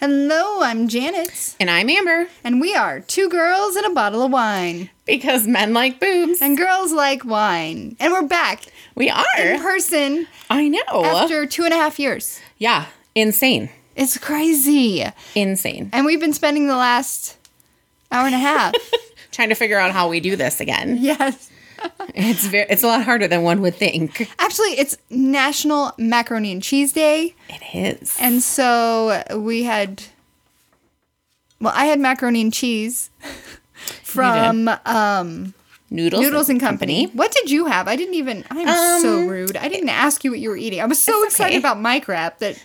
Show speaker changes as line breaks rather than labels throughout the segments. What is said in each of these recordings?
Hello, I'm Janet,
And I'm Amber
and we are two girls and a bottle of wine,
because men like boobs.
and girls like wine, and we're back
we are.
in person
I know.
after two and a half years.
yeah. Insane.
It's crazy,
Insane.
and we've been spending the last hour and a half.
Trying to figure out how we do this again.
yes,
It's very it's a lot harder than one would think.
actually, it's National Macaroni and Cheese Day,
It is.
and so we had. Well, I had macaroni and cheese from um,
Noodles.
Noodles and company. What did you have? I didn't even. I am so rude. I didn't ask you what you were eating. I was so excited
okay.
about my crap that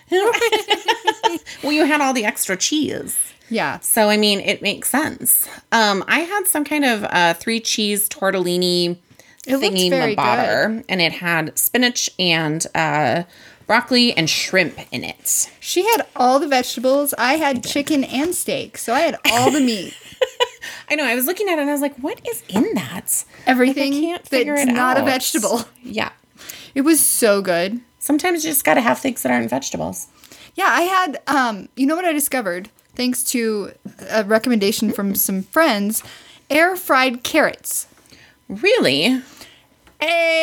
Well, you had all the extra cheese.
yeah.
So I mean, it makes sense. Um, I had some kind of uh, three cheese tortellini
It looked
thingy
very
mabotter, and it had spinach and uh, broccoli and shrimp in it.
She had all the vegetables. I had chicken and steak, so I had all the meat.
I know. I was looking at it and I was like, "What is in that?"
Everything
can't
that's
figure it
not a
out.
vegetable.
Yeah.
It was so good.
Sometimes you just gotta have things that aren't vegetables.
Yeah, I had. Um, you know what I discovered thanks to a recommendation from some friends: air fried carrots.
Really?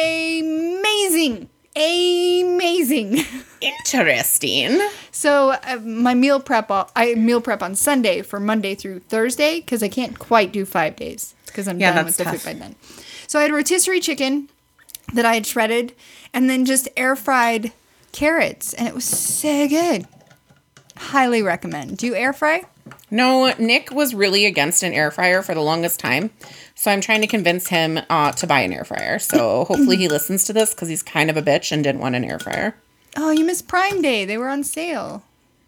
Amazing. Amazing.
Interesting.
So uh, my meal prep, all, I meal prep on Sunday for Monday through Thursday because I can't quite do five days because I'm
Yeah,
done with
that's
the
tough.
food by then. So I had rotisserie chicken that I had shredded, and then just air fried carrots, and it was so good. Highly recommend. Do you air fry?
No, Nick was really against an air fryer for the longest time. So I'm trying to convince him uh, to buy an air fryer. So hopefully he listens to this because he's kind of a bitch and didn't want an air fryer.
Oh, you missed Prime Day. They were on sale.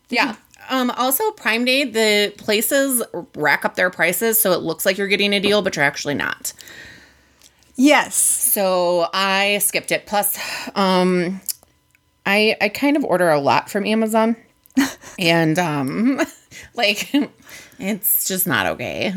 Yeah. Um, also, Prime Day, the places rack up their prices so it looks like you're getting a deal, but you're actually not.
Yes.
So I skipped it. Plus, um, I I kind of order a lot from Amazon, and um, like it's just not okay.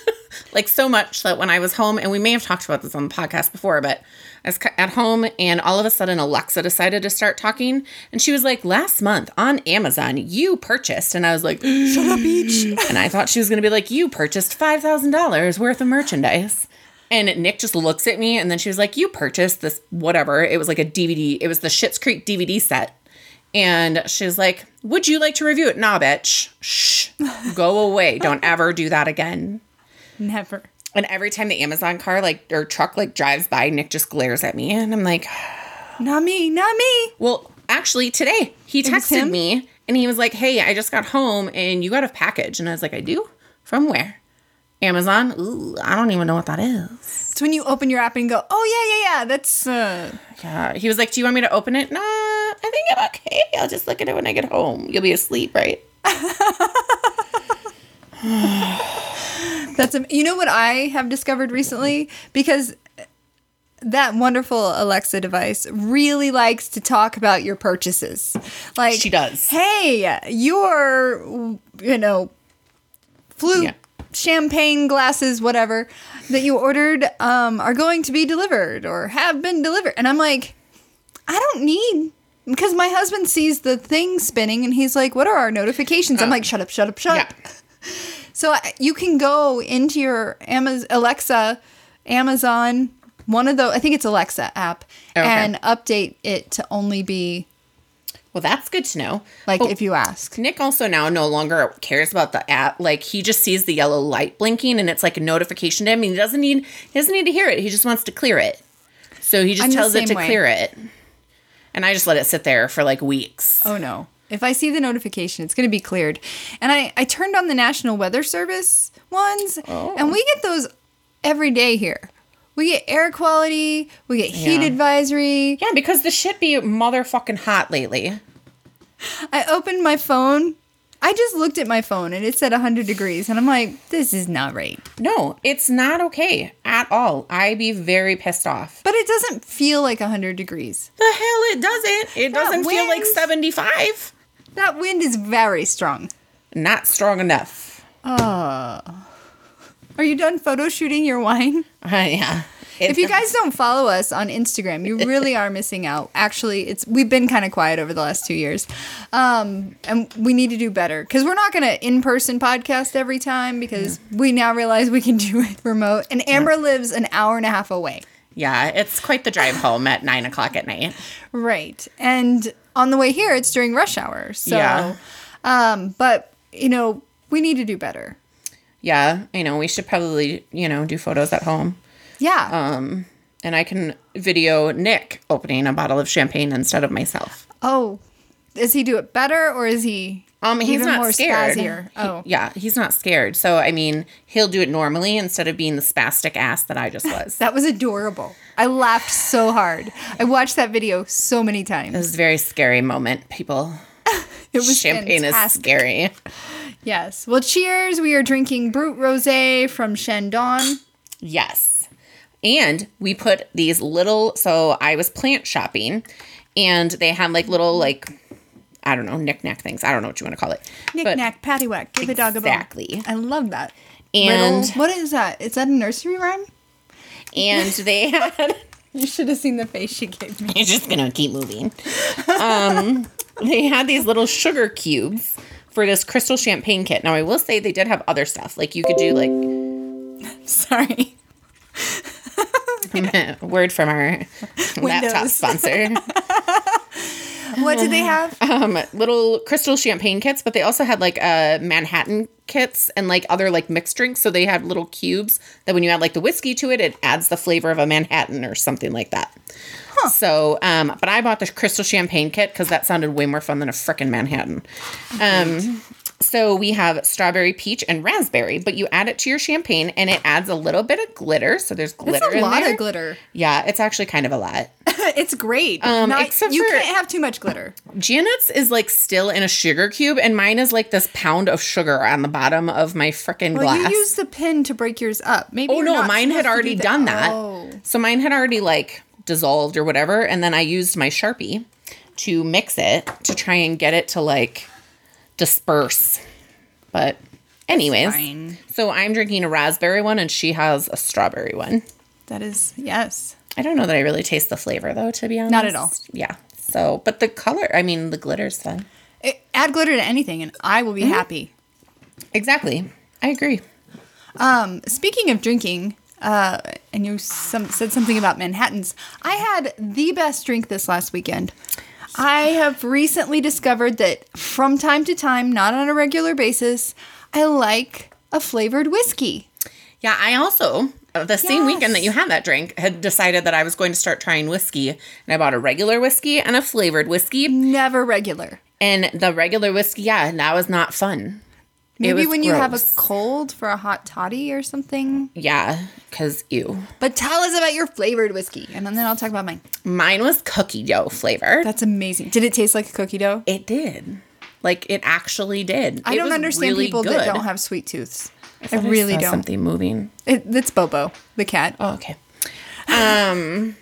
like so much that when I was home, and we may have talked about this on the podcast before, but I was cu- at home, and all of a sudden Alexa decided to start talking, and she was like, "Last month on Amazon, you purchased," and I was like, "Shut up, bitch!" And I thought she was gonna be like, "You purchased five thousand dollars worth of merchandise." And Nick just looks at me and then she was like, You purchased this whatever. It was like a DVD. It was the Shits Creek DVD set. And she was like, Would you like to review it? Nah, bitch. Shh. Go away. Don't ever do that again.
Never.
And every time the Amazon car like or truck like drives by, Nick just glares at me and I'm like,
Not me. Not me.
Well, actually today he
was
texted
him?
me and he was like, Hey, I just got home and you got a package. And I was like, I do? From where? Amazon? Ooh, I don't even know what that is.
It's when you open your app and go, oh yeah, yeah, yeah. That's uh,
Yeah. He was like, Do you want me to open it? Nah, I think I'm okay. I'll just look at it when I get home. You'll be asleep, right?
That's am- you know what I have discovered recently because that wonderful Alexa device really likes to talk about your purchases. Like
She does.
Hey, your you know flute
Yeah.
champagne glasses whatever that you ordered um are going to be delivered or have been delivered and I'm like I don't need because my husband sees the thing spinning and he's like what are our notifications? I'm like shut up, shut up, shut
Oh. Yeah.
up. So I- you can go into your Amaz- Alexa, Amazon, one of those, I think it's Alexa app,
Oh, Okay.
and update it to only be
Well, that's good to know.
like
But
if you ask.
Nick also now no longer cares about the app. Like he just sees the yellow light blinking and it's like a notification to him. And he doesn't need he doesn't need to hear it. He just wants to clear it. So he just
I'm the
tells it
same
to
way.
clear it. And I just let it sit there for like weeks.
Oh no. If I see the notification, it's going to be cleared. And I, I turned on the National Weather Service ones, and
Oh.
we get those every day here. We get air quality, we get heat
Yeah.
advisory.
Yeah, because the shit be motherfucking hot lately.
I opened my phone. I just looked at my phone and it said 100 degrees, and I'm like, this is not right.
No, it's not okay at all. I be very pissed off.
But it doesn't feel like 100 degrees.
The hell it doesn't. It doesn't feel like
wind.
75.
That wind is very strong.
Not strong enough.
Are you done photo shooting your wine?
Uh, yeah.
if you guys don't follow us on Instagram, you really are missing out. Actually, it's we've been kind of quiet over the last two years, um, and we need to do better because we're not going to in person podcast every time because we now realize we can do it remote. And Amber lives an hour and a half away,
Yeah, it's quite the drive home at nine o'clock at night.
right? And on the way here, it's during rush hour. So,
Yeah.
um, but you know, we need to do better.
Yeah, I know. We should probably, you know, do photos at home.
Yeah.
Um, and I can video Nick opening a bottle of champagne instead of myself.
oh, does he do it better or is he?
Um, he's
even
not
more
scared.
spazzier?
He-
Oh,
yeah, he's not scared. So I mean, he'll do it normally instead of being the spastic ass that I just was.
That was adorable. I laughed so hard. I watched that video so many
It
times.
was a very scary moment, people.
It was
Champagne
fantastic.
is scary.
Yes. Well, cheers. We are drinking Brut Rosé from Shandon.
Yes. And we put these little, so I was plant shopping and they had like little, like, I don't know, knickknack things. I don't know what you want to call it.
Knick knack, paddywhack, give a dog a bone.
Exactly.
I love that.
And-
Riddle- what is that? Is that a nursery rhyme?
But, and they had,
You should have seen the face she gave me.
you're just going to keep moving. Um, they had these little sugar cubes for this crystal champagne kit. Now, I will say they did have other stuff. Like, you could do like
Sorry.
word from our laptop
Windows.
sponsor.
What did they have?
um, little crystal champagne kits, but they also had like uh, Manhattan kits and like other like mixed drinks. So they had little cubes that when you add like the whiskey to it, it adds the flavor of a Manhattan or something like that. So, um, but I bought the crystal champagne kit because that sounded way more fun than a frickin' Manhattan. Um, so we have strawberry, peach, and raspberry, but you add it to your champagne and it adds a little bit of glitter. So there's glitter
It's a
in
lot
there.
of glitter. Um,
yeah, it's actually kind of a lot.
it's great.
except
you
for-
can't have too much glitter.
Janet's is like still in a sugar cube, and mine is like this pound of sugar on the bottom of my frickin'
Well,
glass.
you used the pin to break yours up. Maybe
oh
you're
no,
not
mine had
supposed to
already
do
done that.
Oh.
So mine had already like dissolved or whatever, and then I used my Sharpie to mix it to try and get it to like disperse. But anyways,
Fine.
so I'm drinking a raspberry one and she has a strawberry one.
That is yes.
I don't know that I really taste the flavor though, to be honest.
Not at all.
Yeah. So, but the color, I mean, the glitter's fun.
Eh, add glitter to anything, and I will be
Mm-hmm.
happy.
Exactly. I agree.
Um, speaking of drinking, uh, and you some, said something about Manhattans. I had the best drink this last weekend. I have recently discovered that from time to time, not on a regular basis, I like a flavored whiskey.
Yeah, I also uh, the same weekend that
Yes.
you had that drink had decided that I was going to start trying whiskey, and I bought a regular whiskey and a flavored whiskey.
Never regular.
And the regular whiskey, yeah, that was not fun.
Maybe
was
when you have a
gross.
cold for a hot toddy or something.
Yeah, because ew.
But tell us about your flavored whiskey, and then I'll talk about mine.
Mine was cookie dough flavor.
That's amazing. Did it taste like a cookie dough?
it did. Like it actually did.
I
It
don't
was
understand
really
people
good.
that don't have sweet tooths. I,
thought
really
saw
don't.
Something moving.
It, it's Bobo, the cat,
Oh, okay. Um,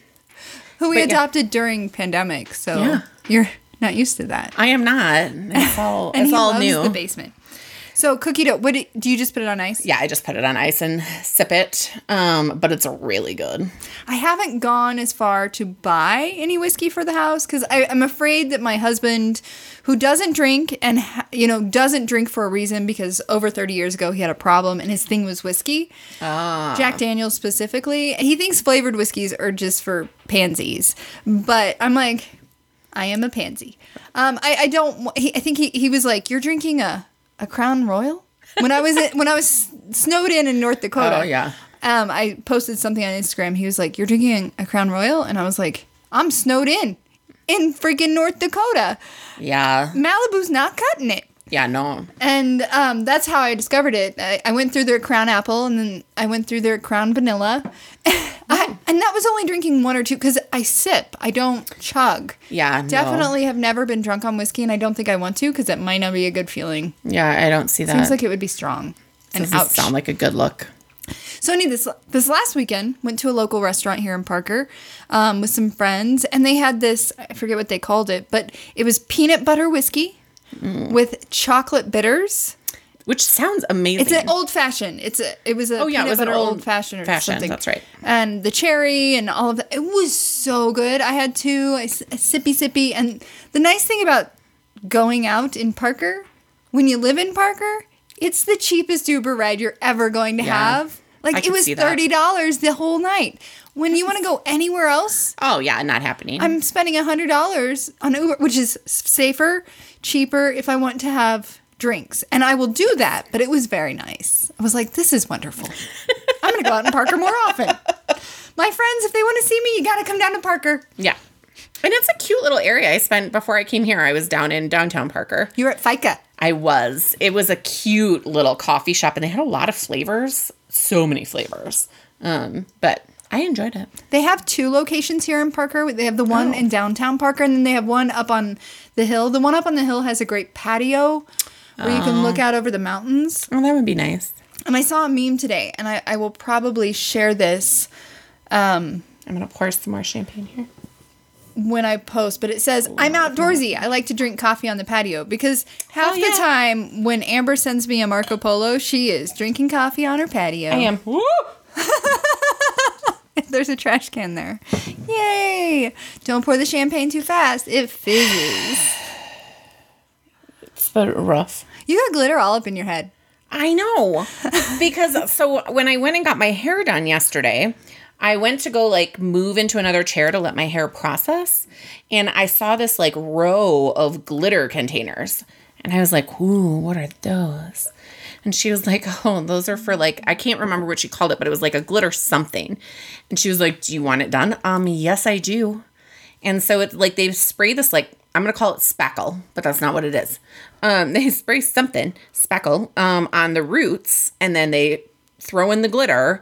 who we
yeah.
adopted during pandemic. So
Yeah.
you're not used to that.
I am not. It's all.
And
it's
he
all
loves
new.
the basement. So cookie dough. What do, do you just put it on ice?
yeah, I just put it on ice and sip it. Um, but it's really good.
I haven't gone as far to buy any whiskey for the house because I'm afraid that my husband, who doesn't drink and ha- you know doesn't drink for a reason because over 30 years ago he had a problem and his thing was whiskey, Jack Daniel's specifically. He thinks flavored whiskeys are just for pansies, but I'm like, I am a pansy. Um, I, I don't. wa- He, I think he, he was like, you're drinking a a Crown Royal. When I was in, when I was snowed in in North Dakota.
Oh, yeah.
Um, I posted something on Instagram. He was like, "You're drinking a Crown Royal," and I was like, "I'm snowed in, in freaking North Dakota.
Yeah.
Malibu's not cutting it."
Yeah, no.
And um, that's how I discovered it. I, I went through their Crown Apple, and then I went through their Crown Vanilla, I,
Oh.
and that was only drinking one or two because I sip. I don't chug.
Yeah, no.
definitely have never been drunk on whiskey, and I don't think I want to because it might not be a good feeling.
Yeah, I don't see that.
Seems like it would be strong. And
doesn't
ouch.
sound like a good look.
So anyway, this this last weekend went to a local restaurant here in Parker um, with some friends, and they had this I forget what they
Mm.
called it, but it was peanut butter whiskey with chocolate bitters
which sounds amazing.
It's an old fashioned. It's a. It was a.
Oh, yeah, it
peanut
was an
butter
old
old fashioned or
fashioned,
something.
that's right.
And the cherry and all of that. It was so good. I had two. I s- a sippy sippy. And the nice thing about going out in Parker, when you live in Parker, it's the cheapest Uber ride you're ever going to
Yeah.
have.
I
Like it
could
was
see that.
thirty dollars the whole night. When you want to go anywhere else,
oh yeah, not happening.
I'm spending hundred dollars on Uber, which is s- safer, cheaper if I want to have drinks, and I will do that. But it was very nice. I was like, this is wonderful. I'm gonna go out in Parker more often. My friends, if they want to see me, you gotta come down to Parker.
yeah, and it's a cute little area. I spent before I came here. I was down in downtown Parker.
You're at FICA.
I was. It was a cute little coffee shop, and they had a lot of flavors. So many flavors. Um, but I enjoyed it.
They have two locations here in Parker. They have the one in downtown Parker, and then they have one up on the hill. The one up on the hill has a great patio where you can look out over the mountains.
Oh, that would be nice.
And I saw a meme today, and I, I will probably share this.
I'm gonna pour some more champagne here.
when I post, but it says,
Oh,
I'm outdoorsy. I like to drink coffee on the patio because half
Oh, yeah.
the time when Amber sends me a Marco Polo, she is drinking coffee on her patio.
I am. Woo!
There's a trash can there. Yay! Don't pour the champagne too fast, it fizzes.
It's a bit rough.
you got glitter all up in your head.
I know. Because so when I went and got my hair done yesterday, I went to go like move into another chair to let my hair process. And I saw this like row of glitter containers. And I was like, ooh, what are those? And she was like, oh, those are for like, I can't remember what she called it, but it was like a glitter something. And she was like, do you want it done? Um, yes, I do. And so it's like they spray this like I'm gonna call it spackle, but that's not what it is. Um, they spray something spackle um, on the roots, and then they throw in the glitter,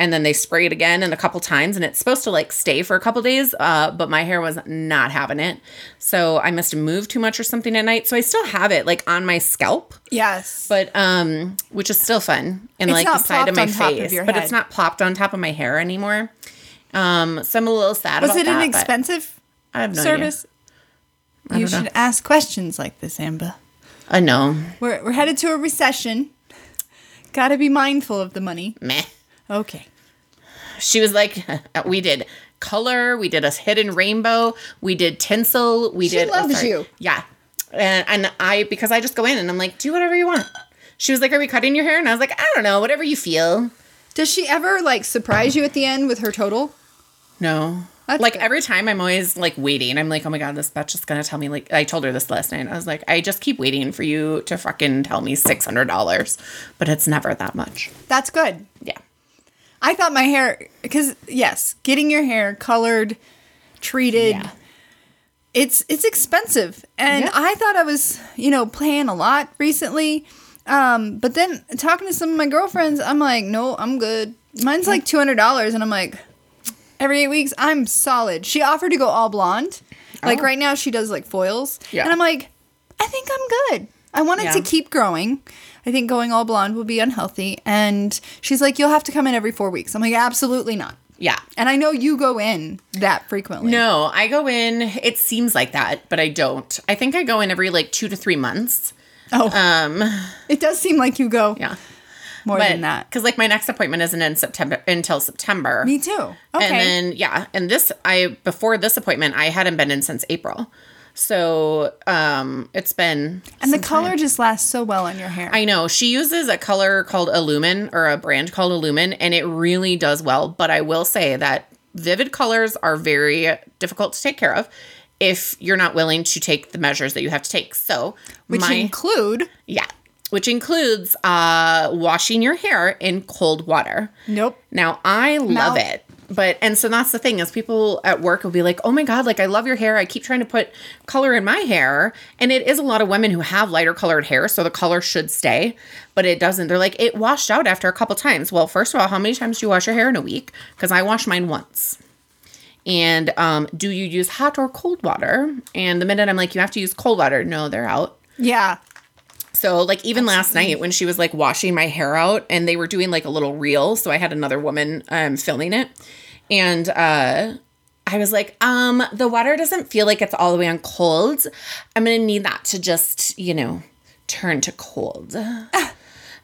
and then they spray it again and a couple times, and it's supposed to like stay for a couple days. Uh, but my hair was not having it, so I must have moved too much or something at night. So I still have it like on my scalp,
Yes.
but um, which is still fun and like the
not
side of
plopped
my
on top of
face,
your
but
head.
it's not plopped on top of my hair anymore. Um, so I'm a little sad.
Was
about
it an
that, but
expensive
I have no idea.
service? You should ask questions like this, Amber.
I know.
We're, we're headed to a recession. Gotta be mindful of the money.
Meh.
Okay.
She was like, we did color, we did a hidden rainbow, we did tinsel, we did.
loves
sorry.
you.
Yeah. And, and I, because I just go in and I'm like, do whatever you want. She was like, are we cutting your hair? And I was like, I don't know, whatever you feel.
Does she ever like surprise you at the end with her total?
No.
That's
like
good.
every time I'm always like waiting. I'm like, oh my God, this bitch is going to tell me. Like, I told her this last night. I was like, I just keep waiting for you to fucking tell me $600, but it's never that much.
That's good.
Yeah.
I thought my hair cuz yes, getting your hair colored, treated,
Yeah.
it's it's expensive. And
Yeah.
I thought I was, you know, paying a lot recently. Um, but then talking to some of my girlfriends, I'm like, "No, I'm good." Mine's like $200 and I'm like, every 8 weeks, I'm solid. She offered to go all blonde. Like
Oh.
right now she does like foils.
Yeah.
And I'm like, I think I'm good. I want it to
Yeah.
keep growing. I think going all blonde will be unhealthy. And she's like, You'll have to come in every four weeks. I'm like, Absolutely not.
Yeah.
And I know you go in that frequently.
No, I go in. It seems like that, but I don't. I think I go in every like two to three months.
Oh,
Um,
it does seem like you go
yeah,
more
but
than that.
because like my next appointment isn't in September until September.
Me too. Okay.
And then yeah, and this I before this appointment I hadn't been in since April, so um, it's been.
and the color just lasts so well on your hair.
I know she uses a color called Illumin or a brand called Illumin, and it really does well. But I will say that vivid colors are very difficult to take care of if you're not willing to take the measures that you have to take. So,
which
my
include
yeah, which includes uh, washing your hair in cold water.
Nope.
Now I love
Mouth.
it. But and so that's the thing is people at work will be like, "Oh my god, like I love your hair. I keep trying to put color in my hair." And it is a lot of women who have lighter colored hair, so the color should stay, but it doesn't. They're like, "It washed out after a couple times." Well, first of all, how many times do you wash your hair in a week? Cuz I wash mine once. And um, do you use hot or cold water? And the minute I'm like, "You have to use cold water." No, they're out.
Yeah.
So like even last night when she was like washing my hair out and they were doing like a little reel, so I had another woman um filming it. And uh I was like, um, the water doesn't feel like it's all the way on cold. I'm gonna need that to just, you know, turn to cold.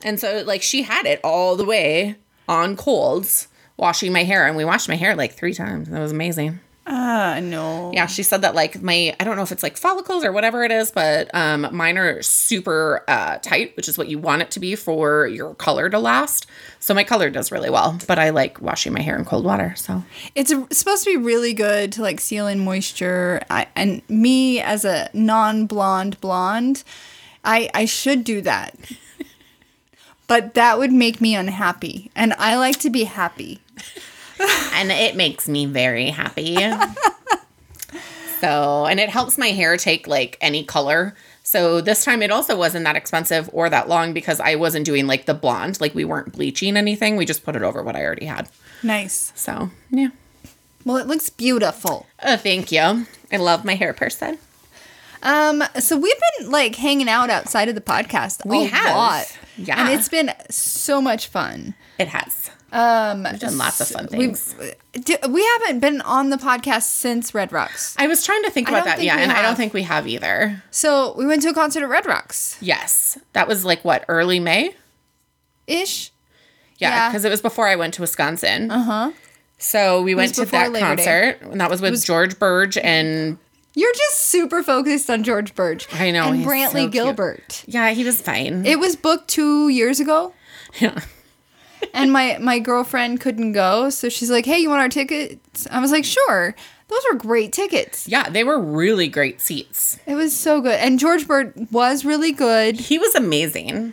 And so like she had it all the way on colds washing my hair and we washed my hair like 3 times. That was amazing.
Ah, no.
Yeah, she said that like my I don't know if it's like follicles or whatever it is, but um mine are super uh tight, which is what you want it to be for your color to last. So my color does really well, but I like washing my hair in cold water. So
It's a- supposed to be really good to like seal in moisture. I, and me as a non-blonde blonde, I I should do that. but that would make me unhappy, and I like to be happy.
and it makes me very happy. so, and it helps my hair take like any color. So this time it also wasn't that expensive or that long because I wasn't doing like the blonde, like we weren't bleaching anything. We just put it over what I already had.
Nice.
So, yeah.
Well, it looks beautiful.
Oh, thank you. I love my hair person.
Um, so we've been like hanging out outside of the podcast
We
a
have.
lot.
Yeah.
And it's been so much fun.
It has.
Um,
done lots of fun
we've-
things.
d- we haven't been on the podcast since Red Rocks.
I was trying to think
don't
about that.
think
Yeah.
we
And I
have.
don't think we have either.
So we went to a concert at Red Rocks
Yes. That was like what, early May?
ish.
Yeah.
Yeah.
Because it was before I went to Wisconsin. Uh huh. So we went to
before
that
Labor Day.
concert, and that was with George Burge and
You're just super focused on George Birch.
I know,
And
he's so
Brantley
cute.
Gilbert.
Yeah, he was fine.
It was booked two years ago,
yeah.
and my my girlfriend couldn't go, so she's like, "Hey, you want our tickets?" I was like, "Sure." Those were great tickets.
yeah, they were really great seats.
It was so good, and George Bird was really good.
He was amazing.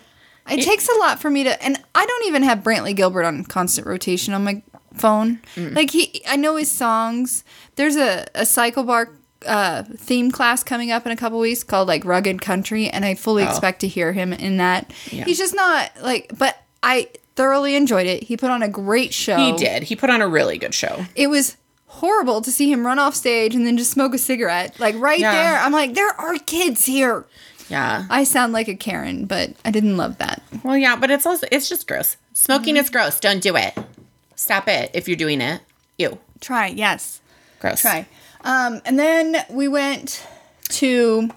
It takes a lot for me to, and I don't even have Brantley Gilbert on constant rotation on my phone. Like he, I know his songs. There's a a cycle bar uh, theme class coming up in a couple weeks called like Rugged Country, and I fully
Oh.
expect to hear him in that. He's just not like, but I thoroughly enjoyed it. He put on a great show.
He did. He put on a really good show.
It was horrible to see him run off stage and then just smoke a cigarette. Like right
Yeah.
there, I'm like, there are kids here.
Yeah.
I sound like a Karen, but I didn't love that.
Well, yeah, but it's also it's just gross. Smoking is gross. Don't do it. Stop it if you're doing it. Ew.
Try, yes.
Gross.
Try. Um, and then we went to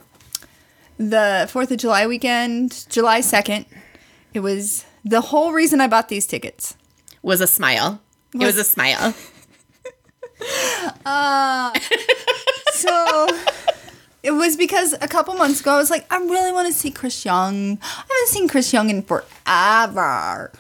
the 4th of July weekend, July 2nd. It was the whole reason I bought these tickets.
Was a smile. it was a smile.
So it was because a couple months ago, I was like, I really want to see Chris Young. I haven't seen Chris Young in forever.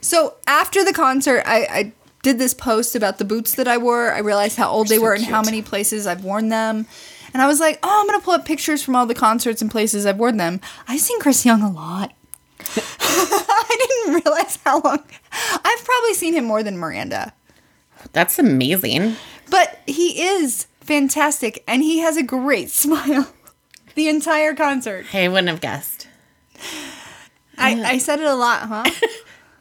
So after the concert, I, I did this post about the boots that I wore. I realized how old they were and how
cute.
many places I've worn them. And I was like, oh, I'm going to pull up pictures from all the concerts and places I've worn them. I've seen Chris Young a lot. I didn't realize how long. I've probably seen him more than Miranda.
That's amazing.
But he is fantastic and he has a great smile the entire concert.
I wouldn't have guessed.
I, I said it a lot, huh?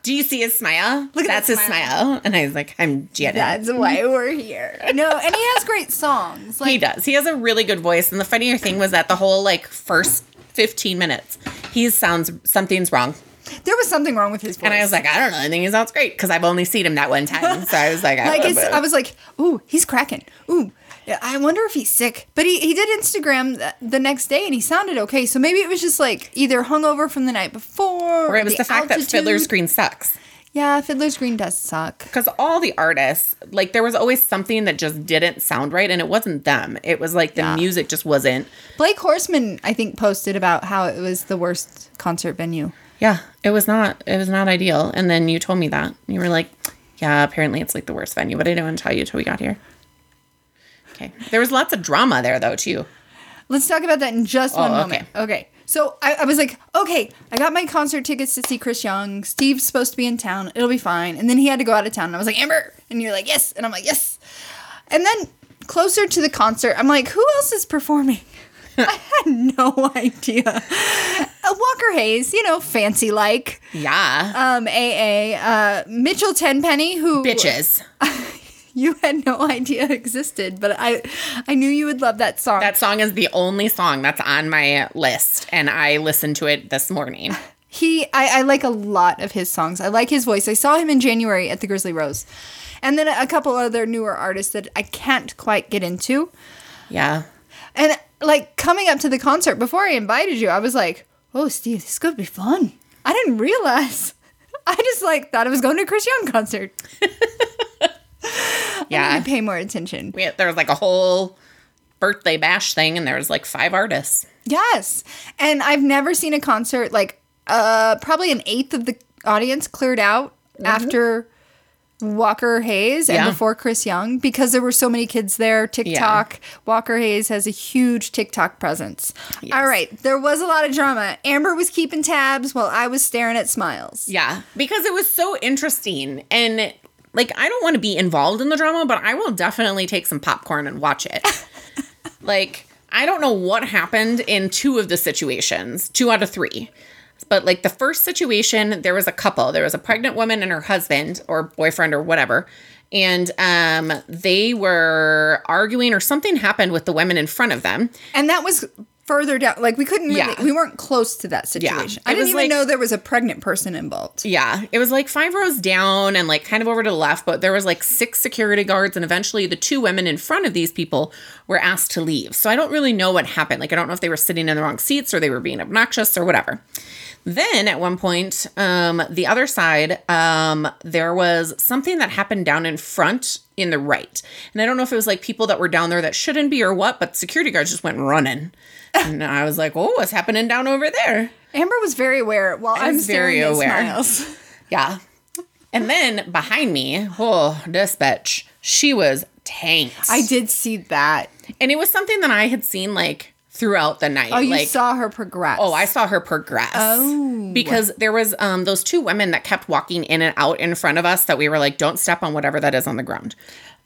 Do you see his smile?
Look at
That's
that
his
smile.
smile. And I was like, I'm Janet.
That's why we're here. No, and he has great songs.
He
Like
does. He has a really good voice. And the funnier thing was that the whole like first 15 minutes, he sounds something's wrong.
there was something wrong with his voice.
And I was like, I don't know. I think he sounds great because I've only seen him that one time. So I was like, I,
like
don't
it's,
know.
I was like, ooh, he's cracking. Ooh, yeah, I wonder if he's sick. But he, he did Instagram th- the next day and he sounded okay. So maybe it was just like either hungover from the night before
or it was the, fact that Fiddler's
Green.
Green sucks
Yeah, Fiddler's Green does suck.
because all the artists, like, there was always something that just didn't sound right, and it wasn't them. It was like the music just wasn't.
Blake Horseman, I think, posted about how it was the worst concert venue.
Yeah, it was not. It was not ideal. And then you told me that you were like, yeah, apparently it's like the worst venue, but I didn't want to tell you until we got here. Okay, there was lots of drama there though too.
Let's talk about that in just one
okay.
moment. Okay. So I, I was like, okay, I got my concert tickets to see Chris Young. Steve's supposed to be in town. It'll be fine. And then he had to go out of town. And I was like, Amber. And you're like, yes. And I'm like, yes. And then closer to the concert, I'm like, who else is performing? I had no idea. Uh, Walker Hayes, you know, fancy like.
Yeah,
Um, AA. Uh, Mitchell Tenpenny, who.
bitches.
you had no idea existed, but I I knew you would love that song.
That song is the only song that's on my list, and I listened to it this morning.
he I, I like a lot of his songs. I like his voice. I saw him in January at the Grizzly Rose. And then a couple other newer artists that I can't quite get into.
Yeah,
And like coming up to the concert before I invited you, I was like, Oh Steve, this could be fun. I didn't realize. I just like thought I was going to a Chris Young concert. I
Yeah.
pay more attention.
We, there was like a whole birthday bash thing, and there was like five artists.
Yes. And I've never seen a concert like uh probably an eighth of the audience cleared out after Walker Hayes and
Mm-hmm. Yeah.
before Chris Young because there were so many kids there. TikTok. Walker Hayes has a huge TikTok presence. All right. There was a lot of drama. Amber was keeping tabs while I was staring at smiles.
Yeah. Because it was so interesting. And like, I don't want to be involved in the drama, but I will definitely take some popcorn and watch it. like, I don't know what happened in two of the situations, two out of three. But like the first situation, there was a couple. There was a pregnant woman and her husband or boyfriend or whatever. And um, they were arguing, or something happened with the women in front of them.
And that was further down. Like we couldn't really,
Yeah.
we weren't close to that situation. I
It
didn't
was
even
like-
know there was a pregnant person involved.
Yeah, it was like five rows down and like kind of over to the left, but there was like six security guards, and eventually the two women in front of these people were asked to leave. So I don't really know what happened. Like I don't know if they were sitting in the wrong seats or they were being obnoxious or whatever. Then at one point, um, the other side, um, there was something that happened down in front in the right, and I don't know if it was like people that were down there that shouldn't be or what, but security guards just went running, and I was like, oh, what's happening down over there?
Amber was very aware while I'm
was very
staring at
aware.
smiles.
Yeah. And then behind me, oh, this bitch, she was tanked.
I did see that.
and it was something that I had seen like throughout the night.
Oh, you
like,
saw her progress.
Oh, I saw her progress.
Oh.
Because there was um those two women that kept walking in and out in front of us that we were like, don't step on whatever that is on the ground.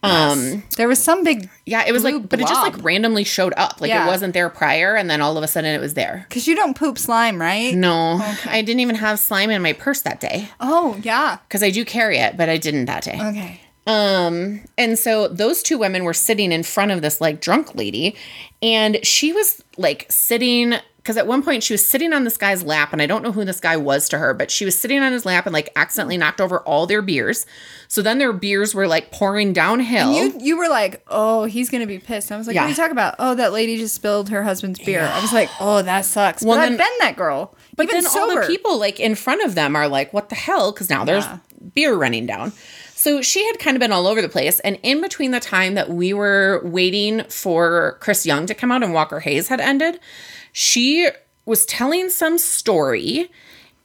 Um
There was some big
yeah, it was like
Blue
but it just
blob.
like randomly showed up. Like
Yeah.
it wasn't there prior and then all of a sudden it was there.
because you don't poop slime, right?
No. I didn't even have slime in my purse that day.
Oh yeah.
Because I do carry it, but I didn't that day.
Okay.
Um, and so those two women were sitting in front of this like drunk lady, and she was like sitting because at one point she was sitting on this guy's lap, and I don't know who this guy was to her, but she was sitting on his lap and like accidentally knocked over all their beers. So then their beers were like pouring downhill.
You you were like, oh, he's gonna be pissed. I was like, what
Yeah.
are you talking about? Oh, that lady just spilled her husband's beer. I was like, oh, that sucks. Well, but
then-
I've been that girl.
But
Even
then
sober.
all the people like in front of them are like, what the hell? Because now there's
Yeah.
beer running down. So she had kind of been all over the place. And in between the time that we were waiting for Chris Young to come out and Walker Hayes had ended, she was telling some story.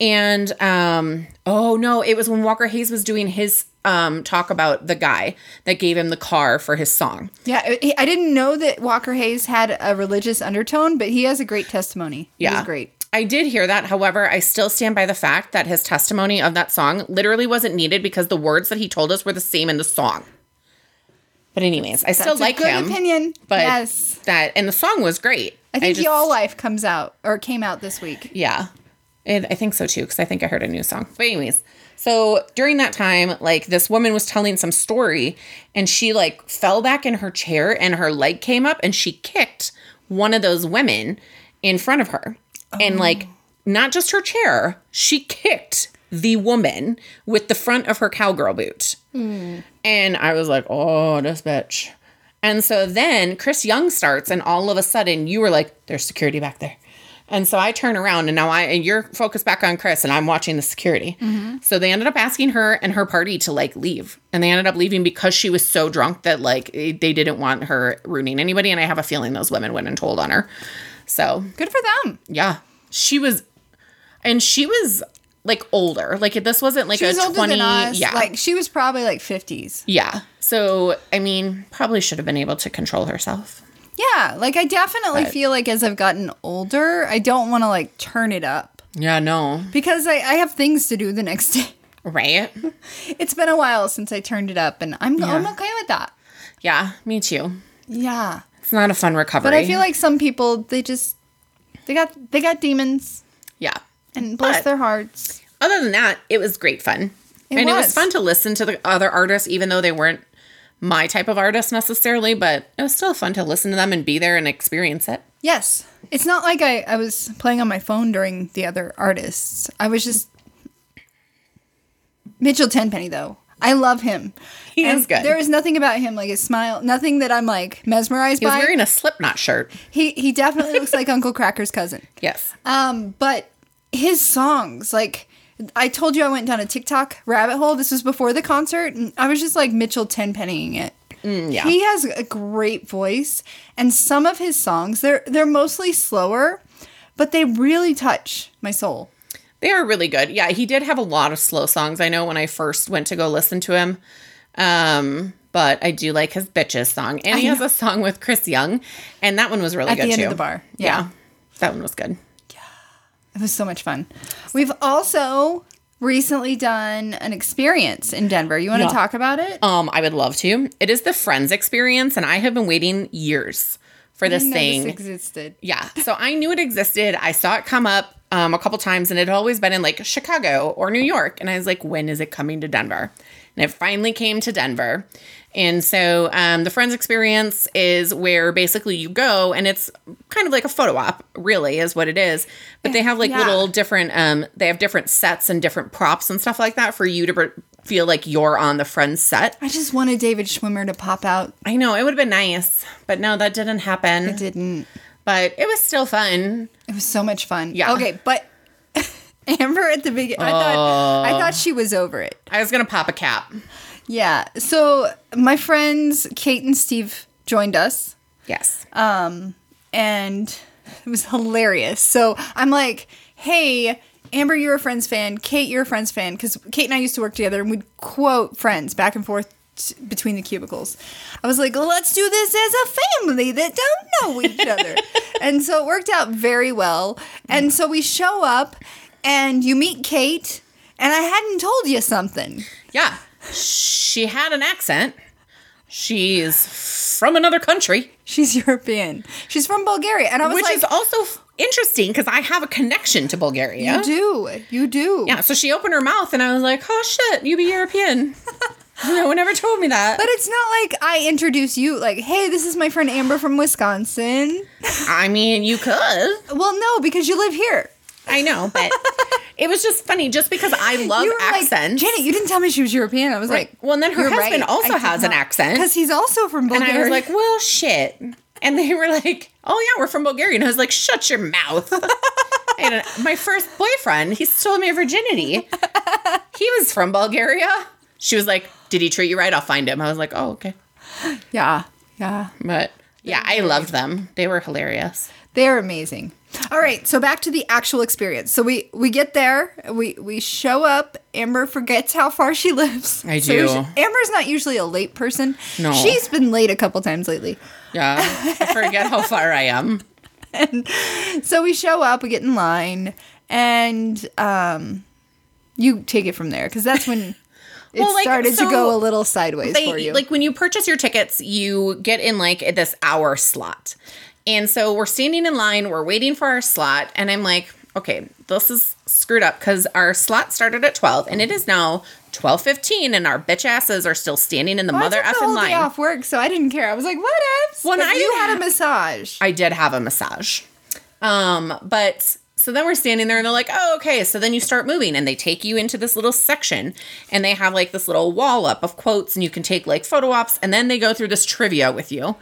And um, oh no, it was when Walker Hayes was doing his um, talk about the guy that gave him the car for his song.
Yeah, it- he- I didn't know that Walker Hayes had a religious undertone, but he has a great testimony. He was
Yeah.
great.
I did hear that. However, I still stand by the fact that his testimony of that song literally wasn't needed because the words that he told us were the same in the song. But anyways, I still
That's a
like
good
him.
opinion.
But
yes,
that and the song was great.
I think
just-
Y'all Life comes out or came out this week.
yeah. And I think so too, because I think I heard a new song. But anyways, so during that time, like this woman was telling some story and she like fell back in her chair and her leg came up and she kicked one of those women in front of her. And like not just her chair, she kicked the woman with the front of her cowgirl boot. And I was like, oh, this bitch. And so then Chris Young starts, and all of a sudden you were like, there's security back there. And so I turn around and now I and you're focused back on Chris and I'm watching the security.
Mm-hmm.
So they ended up asking her and her party to like leave. And they ended up leaving because she was so drunk that like eh, they didn't want her ruining anybody. And I have a feeling those women went and told on her. So
Good for them.
yeah. She was and she was like older. Like this wasn't like
She
a
was older
20
than us.
yeah.
Like she was probably like fifties.
Yeah. So, I mean, probably should have been able to control herself.
Yeah. Like I definitely feel like as I've gotten older, I don't want to like turn it up
Yeah, no.
because I, I have things to do the next day.
Right?
It's been a while since I turned it up, and I'm I'm okay with that.
Yeah, me too.
Yeah.
It's not a fun recovery.
But I feel like some people they just they got they got demons
yeah.
and bless
But-
their hearts.
Other than that, it was great fun.
It
and it was
was.
fun to listen to the other artists, even though they weren't my type of artist necessarily, but it was still fun to listen to them and be there and experience it.
Yes. It's not like I, I was playing on my phone during the other artists. I was just Mitchell Tenpenny though. I love him.
He is good.
There is nothing about him like his smile, nothing that I'm like mesmerized
He was
by.
wearing a slipknot shirt.
he he definitely looks like Uncle Cracker's cousin.
Yes.
Um, but his songs, like I told you, I went down a TikTok rabbit hole. This was before the concert, and I was just like Mitchell tenpennying it.
Mm, yeah.
he has a great voice, and some of his songs they're they're mostly slower, but they really touch my soul.
They are really good. Yeah, he did have a lot of slow songs. I know when I first went to go listen to him. Um, but I do like his bitches song. And he has a song with Chris Young, and that one was really
At
good
the end
too.
of the bar,
Yeah.
yeah.
That one was good.
It was so much fun. We've also recently done an experience in Denver. You want
Yeah.
to talk about it?
Um, I would love to. It is the Friends experience, and I have been waiting years for this
Didn't know
thing.
this existed.
Yeah. So I knew it existed. I saw it come up um, a couple times, and it had always been in like Chicago or New York. And I was like, when is it coming to Denver? And it finally came to Denver. And so um, the Friends Experience is where basically you go, and it's kind of like a photo op, really, is what it is. But they have like
Yeah.
little different, um, they have different sets and different props and stuff like that for you to br- feel like you're on the Friends set.
I just wanted David Schwimmer to pop out.
I know it would have been nice, but no, that didn't happen.
It didn't.
But it was still fun.
It was so much fun.
Yeah.
Okay, but Amber at the beginning, I thought I thought she was over it.
I was going to pop a cap.
Yeah. So my friends Kate and Steve joined us,
Yes.
and it was hilarious. So I'm like, hey. Amber, you're a Friends fan. Kate, you're a Friends fan. Because Kate and I used to work together and we'd quote Friends back and forth t- between the cubicles. I was like, let's do this as a family that don't know each other. and so it worked out very well. And so we show up and you meet Kate, and I hadn't told you something.
yeah. She had an accent. She's from another country,
She's European. She's from Bulgaria. And I was
which
like,
is also f- interesting because I have a connection to Bulgaria.
you do. You do.
Yeah. So she opened her mouth and I was like, oh shit, you be European. no one ever told me that.
But it's not like I introduce you like, hey, this is my friend Amber from Wisconsin.
I mean, you could.
Well, no, because you live here.
I know, but it was just funny just because I love
you were like,
accents.
Janet, you didn't tell me she was European. I was
Right.
like,
Well, and then her husband also has an accent.
Because he's also from
and
Bulgaria.
I was like, well, shit. And they were like, oh, yeah, we're from Bulgaria. And I was like, shut your mouth. and uh, my first boyfriend, he stole my virginity. He was from Bulgaria. She was like, did he treat you right? I'll find him. I was like, oh, okay.
yeah, yeah.
But yeah, I loved them. They were hilarious.
They're amazing. All right, so back to the actual experience. So we we get there, we we show up. Amber forgets how far she lives.
I
So
do.
she- Amber's not usually a late person.
No.
she's been late a couple times lately.
Yeah. I forget how far I am.
So we show up, we get in line, and um, you take it from there because that's when it
Well, like,
started
so
to go a little sideways
They-
for you.
Like when you purchase your tickets, you get in like this hour slot. And so we're standing in line, we're waiting for our slot, and I'm like, okay, this is screwed up because our slot started at 12 and it is now 12:15 and our bitch asses are still standing in the
I
mother
took the
effing
whole
line.
day off work, so I didn't care. I was like, what if?
When I
you
didn't
had a massage.
I did have a massage. Um, but so then we're standing there and they're like, oh, okay. So then you start moving and they take you into this little section and they have like this little wall up of quotes and you can take like photo ops and then they go through this trivia with you.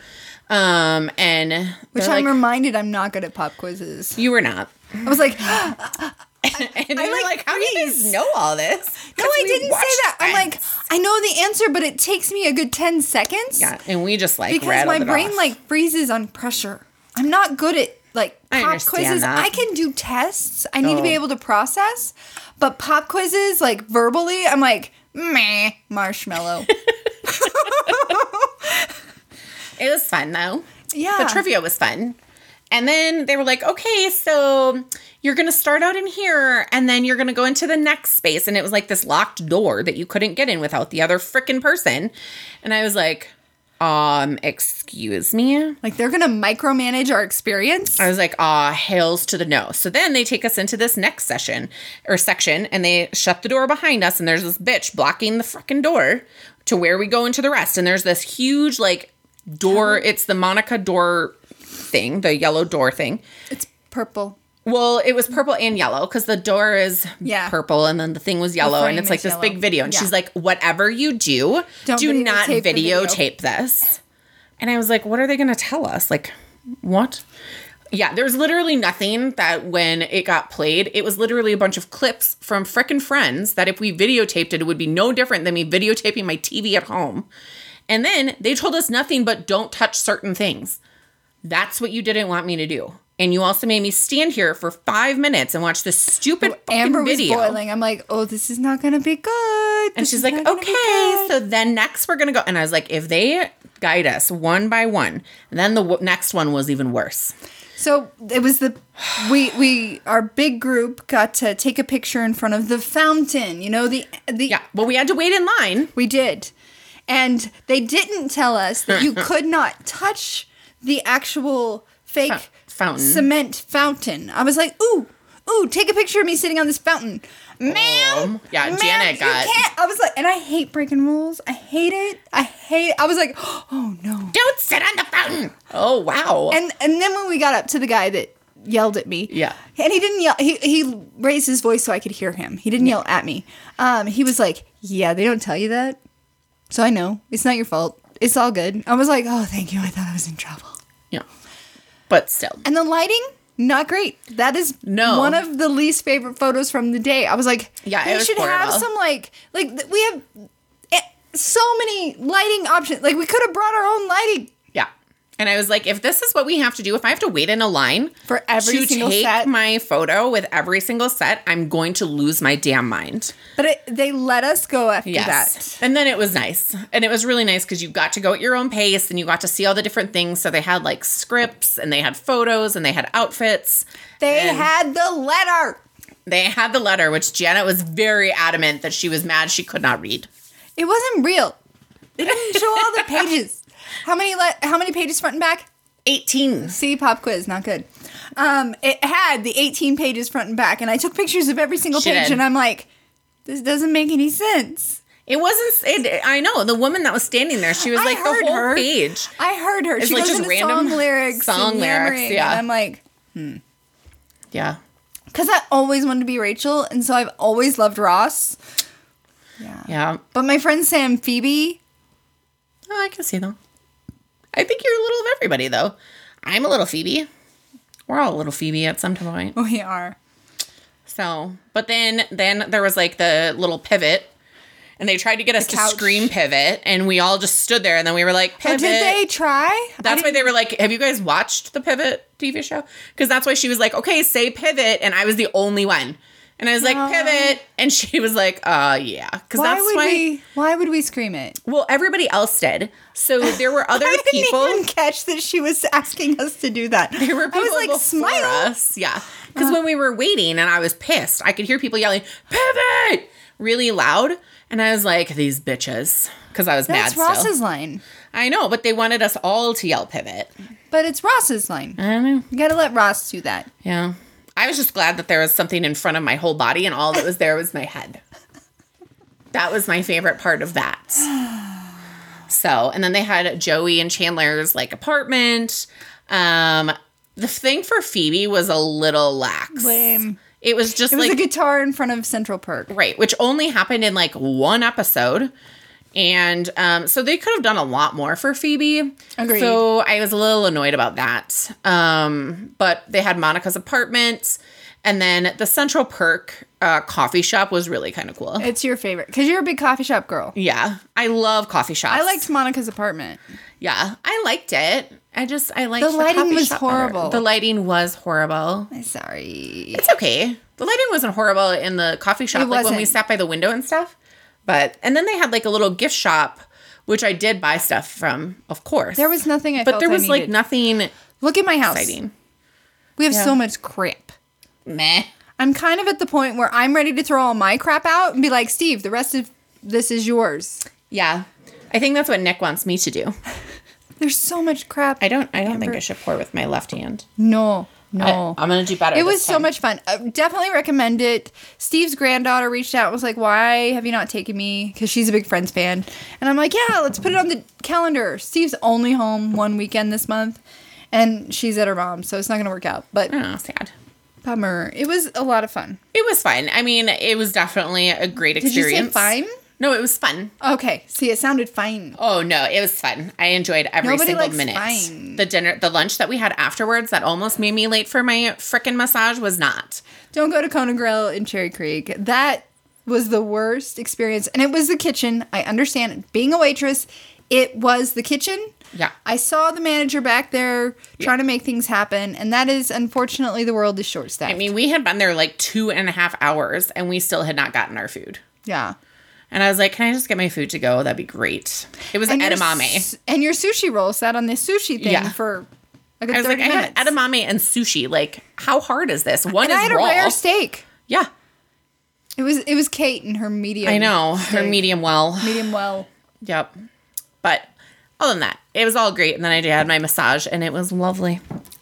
Um, and
Which
they're
I'm
like,
reminded I'm not good at pop quizzes.
you were not.
I was like,
And they were
like
like, how do you guys
threes.
know all this?
No, I didn't say that. I'm like, I know the answer, but it takes me a good 10 seconds
yeah. And we just like,
because my
rattled it
brain
off.
like freezes on pressure. I'm not good at like
I
pop
understand
quizzes.
that.
I can do tests. I need to be
Oh.
able to process, but pop quizzes like verbally, I'm like, meh, marshmallow.
it was fun though.
yeah.
the trivia was fun. And then they were like, okay, so you're going to start out in here and then you're going to go into the next space. And it was like this locked door that you couldn't get in without the other frickin' person. And I was like, um, excuse me?
Like they're going to micromanage our experience.
I was like, ah, hails to the no. So then they take us into this next session or section and they shut the door behind us. And there's this bitch blocking the frickin' door to where we go into the rest. And there's this huge, like, door. It's the Monica door thing, the yellow door thing.
It's purple.
Well, it was purple and yellow because the door is
Yeah.
purple and then the thing was yellow and
frame
it's like
is
this big
yellow.
video. And
Yeah.
she's like, whatever you do,
Don't
do
videotape
not
the video."
videotape this. And I was like, what are they going to tell us? Like, what? Yeah, there was literally nothing that when it got played, it was literally a bunch of clips from frickin' friends that if we videotaped it, it would be no different than me videotaping my TV at home. And then they told us nothing but don't touch certain things. That's what you didn't want me to do. And you also made me stand here for five minutes and watch this stupid fucking
Amber was
video.
boiling. I'm like, oh, this is not gonna be good.
And
This
she's
is
like,
not gonna be
okay,
good."
so then next we're going to go. And I was like, if they guide us one by one, then the w- next one was even worse.
So it was the we we our big group got to take a picture in front of the fountain. You know the the
Yeah. Well, we had to wait in line.
we did, and they didn't tell us that you could not touch the actual fake
Fou- fountain.
cement fountain. I was like, ooh ooh, take a picture of me sitting on this fountain, ma'am.
Um, yeah,
ma'am,
Janet
you
got-
can't. I was like, and I hate breaking rules. I hate it. I hate. It. I was like, oh no.
Don't sit on the fountain. Oh, wow.
And and then when we got up to the guy that yelled at me,
Yeah.
and he didn't yell. He he raised his voice so I could hear him. He didn't yell at me. Um, he was like, "Yeah, they don't tell you that, so I know it's not your fault. It's all good." I was like, "Oh, thank you. I thought I was in trouble."
yeah. But still.
And the lighting. Not great. That is
No.
one of the least favorite photos from the day. I was like,
Yeah, it
they
was
should have
horrible.
some like like th- we have eh, so many lighting options. Like we could have brought our own lighting
Yeah. And I was like, if this is what we have to do, if I have to wait in a line
for every
to
single
take
set.
my photo with every single set, I'm going to lose my damn mind.
But it, they let us go after
Yes. And then it was nice. And it was really nice because you got to go at your own pace and you got to see all the different things. So they had like scripts and they had photos and they had outfits.
that. They
And-
had the letter.
They had the letter, which Janet was very adamant that she was mad she could not read.
It wasn't real. They didn't show all the pages. How many le- how many pages front and back?
18.
See, pop quiz, not good. Um, it had the 18 pages front and back, and I took pictures of every single
She
page,
did.
and I'm like, this doesn't make any sense.
It wasn't. It, I know the woman that was standing there. She was
I
like the
heard
whole
her.
page.
I heard her. she
like
goes
just
into
random
song lyrics,
song
and
lyrics,
yammering,
yeah.
and I'm like,
Yeah,
because I always wanted to be Rachel, and so I've always loved Ross. Yeah.
yeah.
But my friend Sam Phoebe,
Oh, I can see them. I think you're a little of everybody, though. I'm a little Phoebe. We're all a little Phoebe at some point.
we are.
So, but then then there was like the little pivot, and they tried to get us to
couch.
scream pivot, and we all just stood there, and then we were like
Oh,
pivot.
did they try? I
That's why
didn't-
they were like, "Have you guys watched the Pivot TV show?" Because that's why she was like, "Okay, say Pivot," and I was the only one, and I was like,
No.
"Pivot," and she was like, "Uh, yeah," because
Why
that's
would
why.
we? Why would we scream it?
Well, everybody else did, so there were other
I didn't
people.
even catch that she was asking us to do that.
There were people
I was like,
before
smile. Uh.
us, yeah. Because when we were waiting, and I was pissed, I could hear people yelling "Pivot" really loud, and I was like, "These bitches," because I was
That's
mad.
Ross's
Still.
line,
I know, but they wanted us all to yell "Pivot."
but it's Ross's line.
I don't know.
You gotta let Ross do that.
Yeah. I was just glad that there was something in front of my whole body and all that was there was my head. That was my favorite part of that. So, and then they had Joey and Chandler's like apartment. Um the thing for Phoebe was a little lax.
Lame.
It was just
It was
like
a guitar in front of Central Park.
Right, which only happened in like one episode. And um, so they could have done a lot more for Phoebe.
Agreed.
So I was a little annoyed about that. Um, but they had Monica's apartment. And then the Central Perk uh, coffee shop was really kind of cool.
It's your favorite because you're a big coffee shop girl.
yeah. I love coffee shops.
I liked Monica's apartment.
Yeah. I liked it. I just, I liked
The lighting
coffee
was
shop better.
horrible.
The lighting was horrible.
I'm sorry.
It's okay. The lighting wasn't horrible in the coffee shop,
It
like when we
wasn't.
sat by the window and stuff. But and then they had like a little gift shop, which I did buy stuff from, of course.
There was nothing I
but
felt
there
I
was like
needed.
nothing
Look at my house.
exciting.
We have
Yeah.
so much crap.
Meh.
I'm kind of at the point where I'm ready to throw all my crap out and be like, Steve, the rest of this is yours.
Yeah, I think that's what Nick wants me to do.
There's so much crap.
I don't. I don't think I should pour with my left hand.
No, no.
I, am gonna do better.
it
this
was so
time.
much fun. Uh, definitely recommend it. Steve's granddaughter reached out and was like, Why have you not taken me? Because she's a big Friends fan. And I'm like, Yeah, let's put it on the calendar. Steve's only home one weekend this month, and she's at her mom's, so it's not going to work out. But
Oh, sad.
bummer. It was a lot of fun.
It was fine. I mean, it was definitely a great
Did you
experience.
say fine?
No, it was fun.
Okay. See, it sounded fine.
Oh no, it was fun. I enjoyed every
Nobody
single
likes
minute.
fine.
The dinner, the lunch that we had afterwards that almost made me late for my frickin' massage was not.
Don't go to Kona Grill in Cherry Creek. That was the worst experience. And it was the kitchen. I understand it. being a waitress, it was the kitchen.
Yeah.
I saw the manager back there trying to make things happen. And that is unfortunately the world is short staffed.
I mean, we had been there like two and a half hours and we still had not gotten our food.
yeah.
And I was like, can I just get my food to go? That'd be great. It was
your
edamame.
s- and your sushi roll sat on this sushi thing
Yeah.
for like a
I was
30
like, I
minutes.
had edamame and sushi. Like, how hard is this? One
and
is
I had a
raw.
rare steak.
yeah,
It was it was Kate and her medium.
I know. Her
steak.
medium well.
medium well.
Yep. But other than that, it was all great. And then I had my massage, and it was lovely.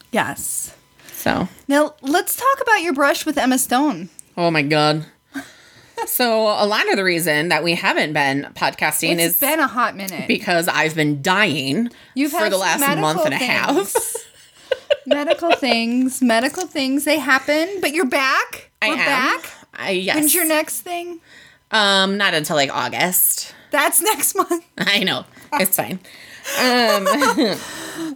Yes.
So,
Now let's talk about your brush with Emma Stone.
oh my god. so a lot of the reason that we haven't been podcasting
It's
is
been a hot minute.
because I've been dying
You've
for
had
the last
medical
month and a half.
things. medical things, medical things. They happen, but you're back.
I
We're
am.
back.
I yes.
When's your next thing?
um, not until like August.
That's next month.
I know. It's fine.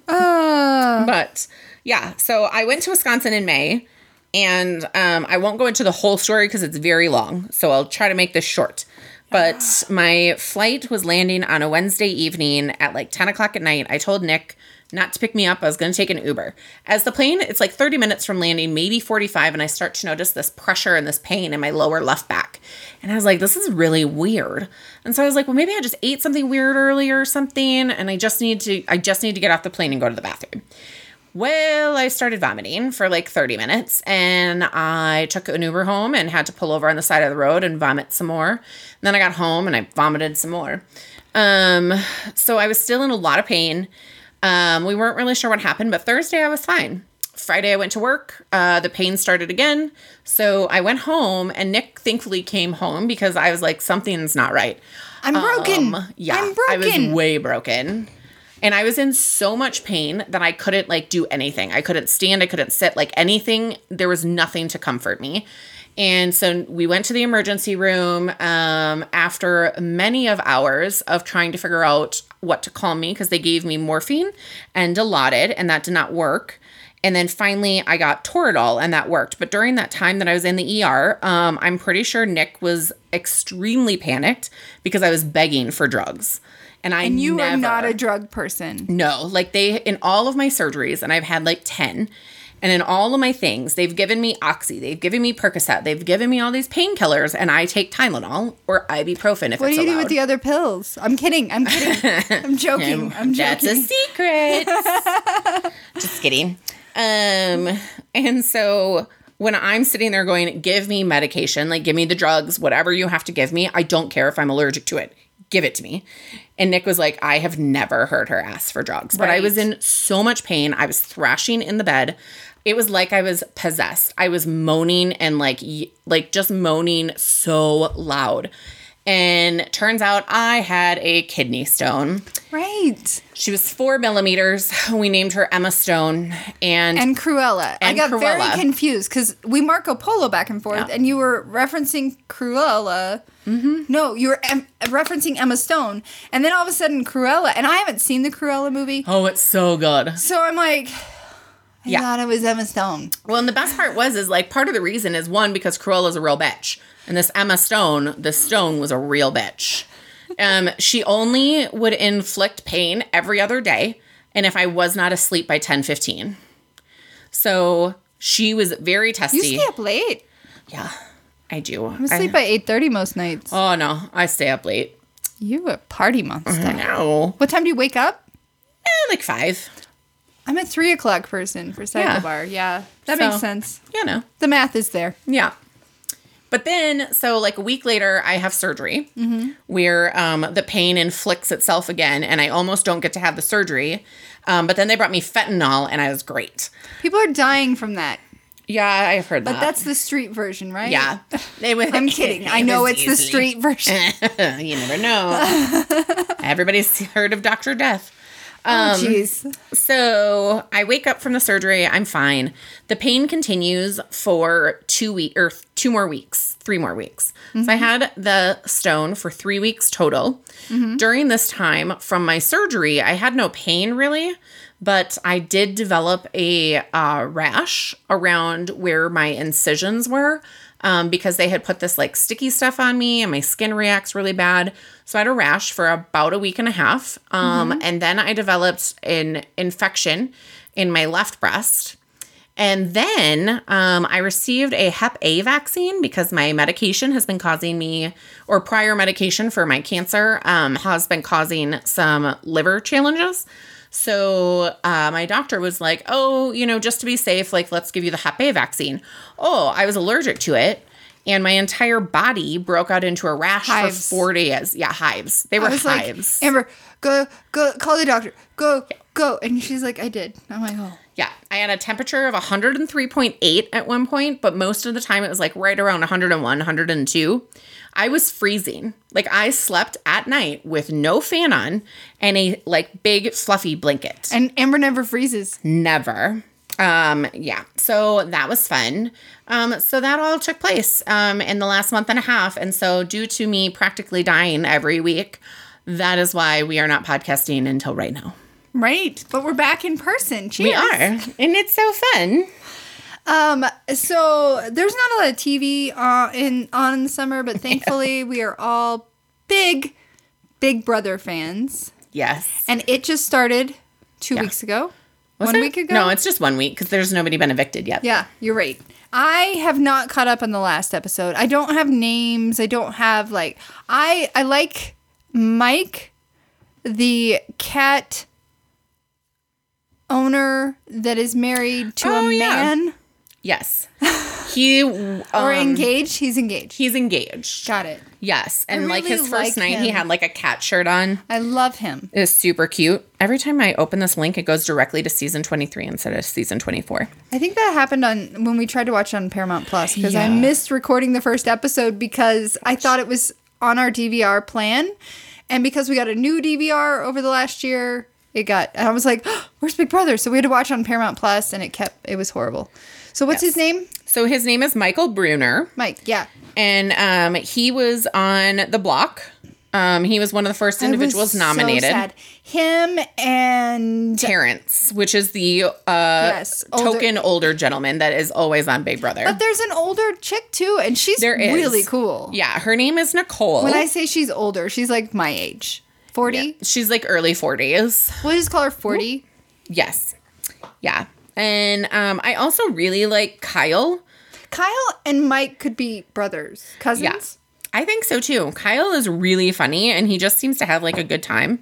Uh,
But yeah, so I went to Wisconsin in May, and um, I won't go into the whole story because it's very long. So I'll try to make this short. But my flight was landing on a Wednesday evening at like 10 o'clock at night. I told Nick not to pick me up. I was going to take an Uber. As the plane, it's like 30 minutes from landing, maybe 45, and I start to notice this pressure and this pain in my lower left back. And I was like, this is really weird. And so I was like, well, maybe I just ate something weird earlier or something, and I just need to, I just need to get off the plane and go to the bathroom. Well, I started vomiting for like 30 minutes and I took an Uber home and had to pull over on the side of the road and vomit some more. And then I got home and I vomited some more. Um, so I was still in a lot of pain. Um, we weren't really sure what happened, but Thursday I was fine. Friday I went to work. Uh, the pain started again. So I went home and Nick thankfully came home because I was like, something's not right.
I'm broken.
Um, yeah,
I'm
I was
broken.
way broken, and I was in so much pain that I couldn't like do anything. I couldn't stand. I couldn't sit. Like anything, there was nothing to comfort me. And so we went to the emergency room um, after many of hours of trying to figure out what to calm me because they gave me morphine and Dilaudid, and that did not work. And then finally, I got Toradol, and that worked. But during that time that I was in the ER, um, I'm pretty sure Nick was extremely panicked because I was begging for drugs, and I
and you
never,
are not a drug person.
no, like they in all of my surgeries, and I've had like 10, and in all of my things, they've given me Oxy, they've given me Percocet, they've given me all these painkillers, and I take Tylenol or ibuprofen if
What
it's
do you do
allowed.
with the other pills? I'm kidding. I'm kidding. I'm joking. I'm
That's a
joking.
secret. Just kidding. Um, and so when I'm sitting there going, give me medication, like give me the drugs, whatever you have to give me. I don't care if I'm allergic to it. Give it to me. And Nick was like, I have never heard her ask for drugs. But I was
Right.
in so much pain. I was thrashing in the bed. It was like I was possessed. I was moaning and like y- like just moaning so loud. And turns out I had a kidney stone.
right.
She was four millimeters. We named her Emma Stone, and,
and Cruella. I
And
got very
Cruella.
confused because we Marco Polo back and forth,
Yeah.
and you were referencing Cruella. Mm-hmm. No, you were em- referencing Emma Stone, and then all of a sudden Cruella. And I haven't seen the Cruella movie,
oh, it's so good.
so I'm like, I
Yeah.
thought it was Emma Stone.
Well, and the best part was is like part of the reason is one because Cruella's a real bitch, and this Emma Stone, the Stone was a real bitch. Um, she only would inflict pain every other day, and if I was not asleep by ten fifteen, so she was very testy.
You stay up late.
yeah, I do.
I sleep by eight thirty most nights.
oh no, I stay up late.
You a party monster.
Uh-huh. No,
What time do you wake up?
eh, like five.
I'm a three o'clock person for cycle
Yeah.
bar. Yeah, that
So-
makes sense.
You know.
The math is there.
Yeah. But then, so like a week later, I have surgery
Mm-hmm.
where um, the pain inflicts itself again, and I almost don't get to have the surgery. Um, but then they brought me fentanyl, and I was great.
People are dying from that.
Yeah, I've heard
But
that.
that's the street version, right?
Uh, yeah. They would-
I'm kidding. I
it
know
was
it's the
easy.
street version.
you never know. Everybody's heard of Doctor Death.
Oh, jeez.
So I wake up from the surgery. I'm fine. The pain continues for two week or two more weeks, three more weeks. So I had the stone for three weeks total. During this time from my surgery, I had no pain really, but I did develop a uh, rash around where my incisions were. Um, because they had put this like sticky stuff on me and my skin reacts really bad. So I had a rash for about a week and a half. Um, And then I developed an infection in my left breast. And then um, I received a Hep A vaccine because my medication has been causing me, or prior medication for my cancer um, has been causing some liver challenges. So uh, my doctor was like, oh, you know, just to be safe, like, let's give you the Hep A vaccine. Oh, I was allergic to it. And my entire body broke out into a rash
Hives.
for four days. Yeah, hives. They were
I was
hives.
like, Amber, go, go, call the doctor. Go, go. And she's like, I did. I'm like, oh.
Yeah, I had a temperature of 103.8 at one point, but most of the time it was like right around 101, 102. I was freezing. Like I slept at night with no fan on and a like big fluffy blanket.
And Amber never freezes.
Never. Um, yeah. So that was fun. Um, so that all took place um in the last month and a half. And so due to me practically dying every week, that is why we are not podcasting until right now.
Right. But we're back in person. Cheers.
We are. And it's so fun.
Um, so there's not a lot of TV uh, in on in the summer, but thankfully we are all big Big Brother fans,
Yes.
and it just started two weeks ago,
Was
one
it?
week ago.
No, it's just one week because there's nobody been evicted yet.
yeah, you're right. I have not caught up on the last episode. I don't have names. I don't have like I I like Mike, the cat owner that is married to
Oh,
a
yeah.
man
Yes. He
or
um,
engaged. He's engaged.
he's engaged.
Got it.
Yes. And like
really
his
like
first night he
him.
had like a cat shirt on.
I love him.
It was super cute. Every time I open this link, it goes directly to season 23 instead of season 24.
I think that happened on when we tried to watch it on Paramount Plus because I
Yeah.
missed recording the first episode because I thought it was on our DVR plan, and because we got a new DVR over the last year, it got. And I was like, "Oh, "Where's Big Brother?" So we had to watch on Paramount Plus, and it kept. It was horrible. So what's his name?
So his name is Michael Bruner,
Mike. Yeah,
and um, he was on The Block. Um, he was one of the first
I was
individuals
so
nominated.
sad. Him and
Terrence, which is the uh,
Yes, older-
token older gentleman that is always on Big Brother.
but there's an older chick too, and she's
There is.
really cool.
Yeah, her name is Nicole.
When I say she's older, she's like my age, forty.
She's like early 40s.
We'll just call her forty.
Yes. Yeah. And um, I also really like Kyle.
Kyle and Mike could be brothers, cousins.
Yeah. I think so too. Kyle is really funny and he just seems to have like a good time.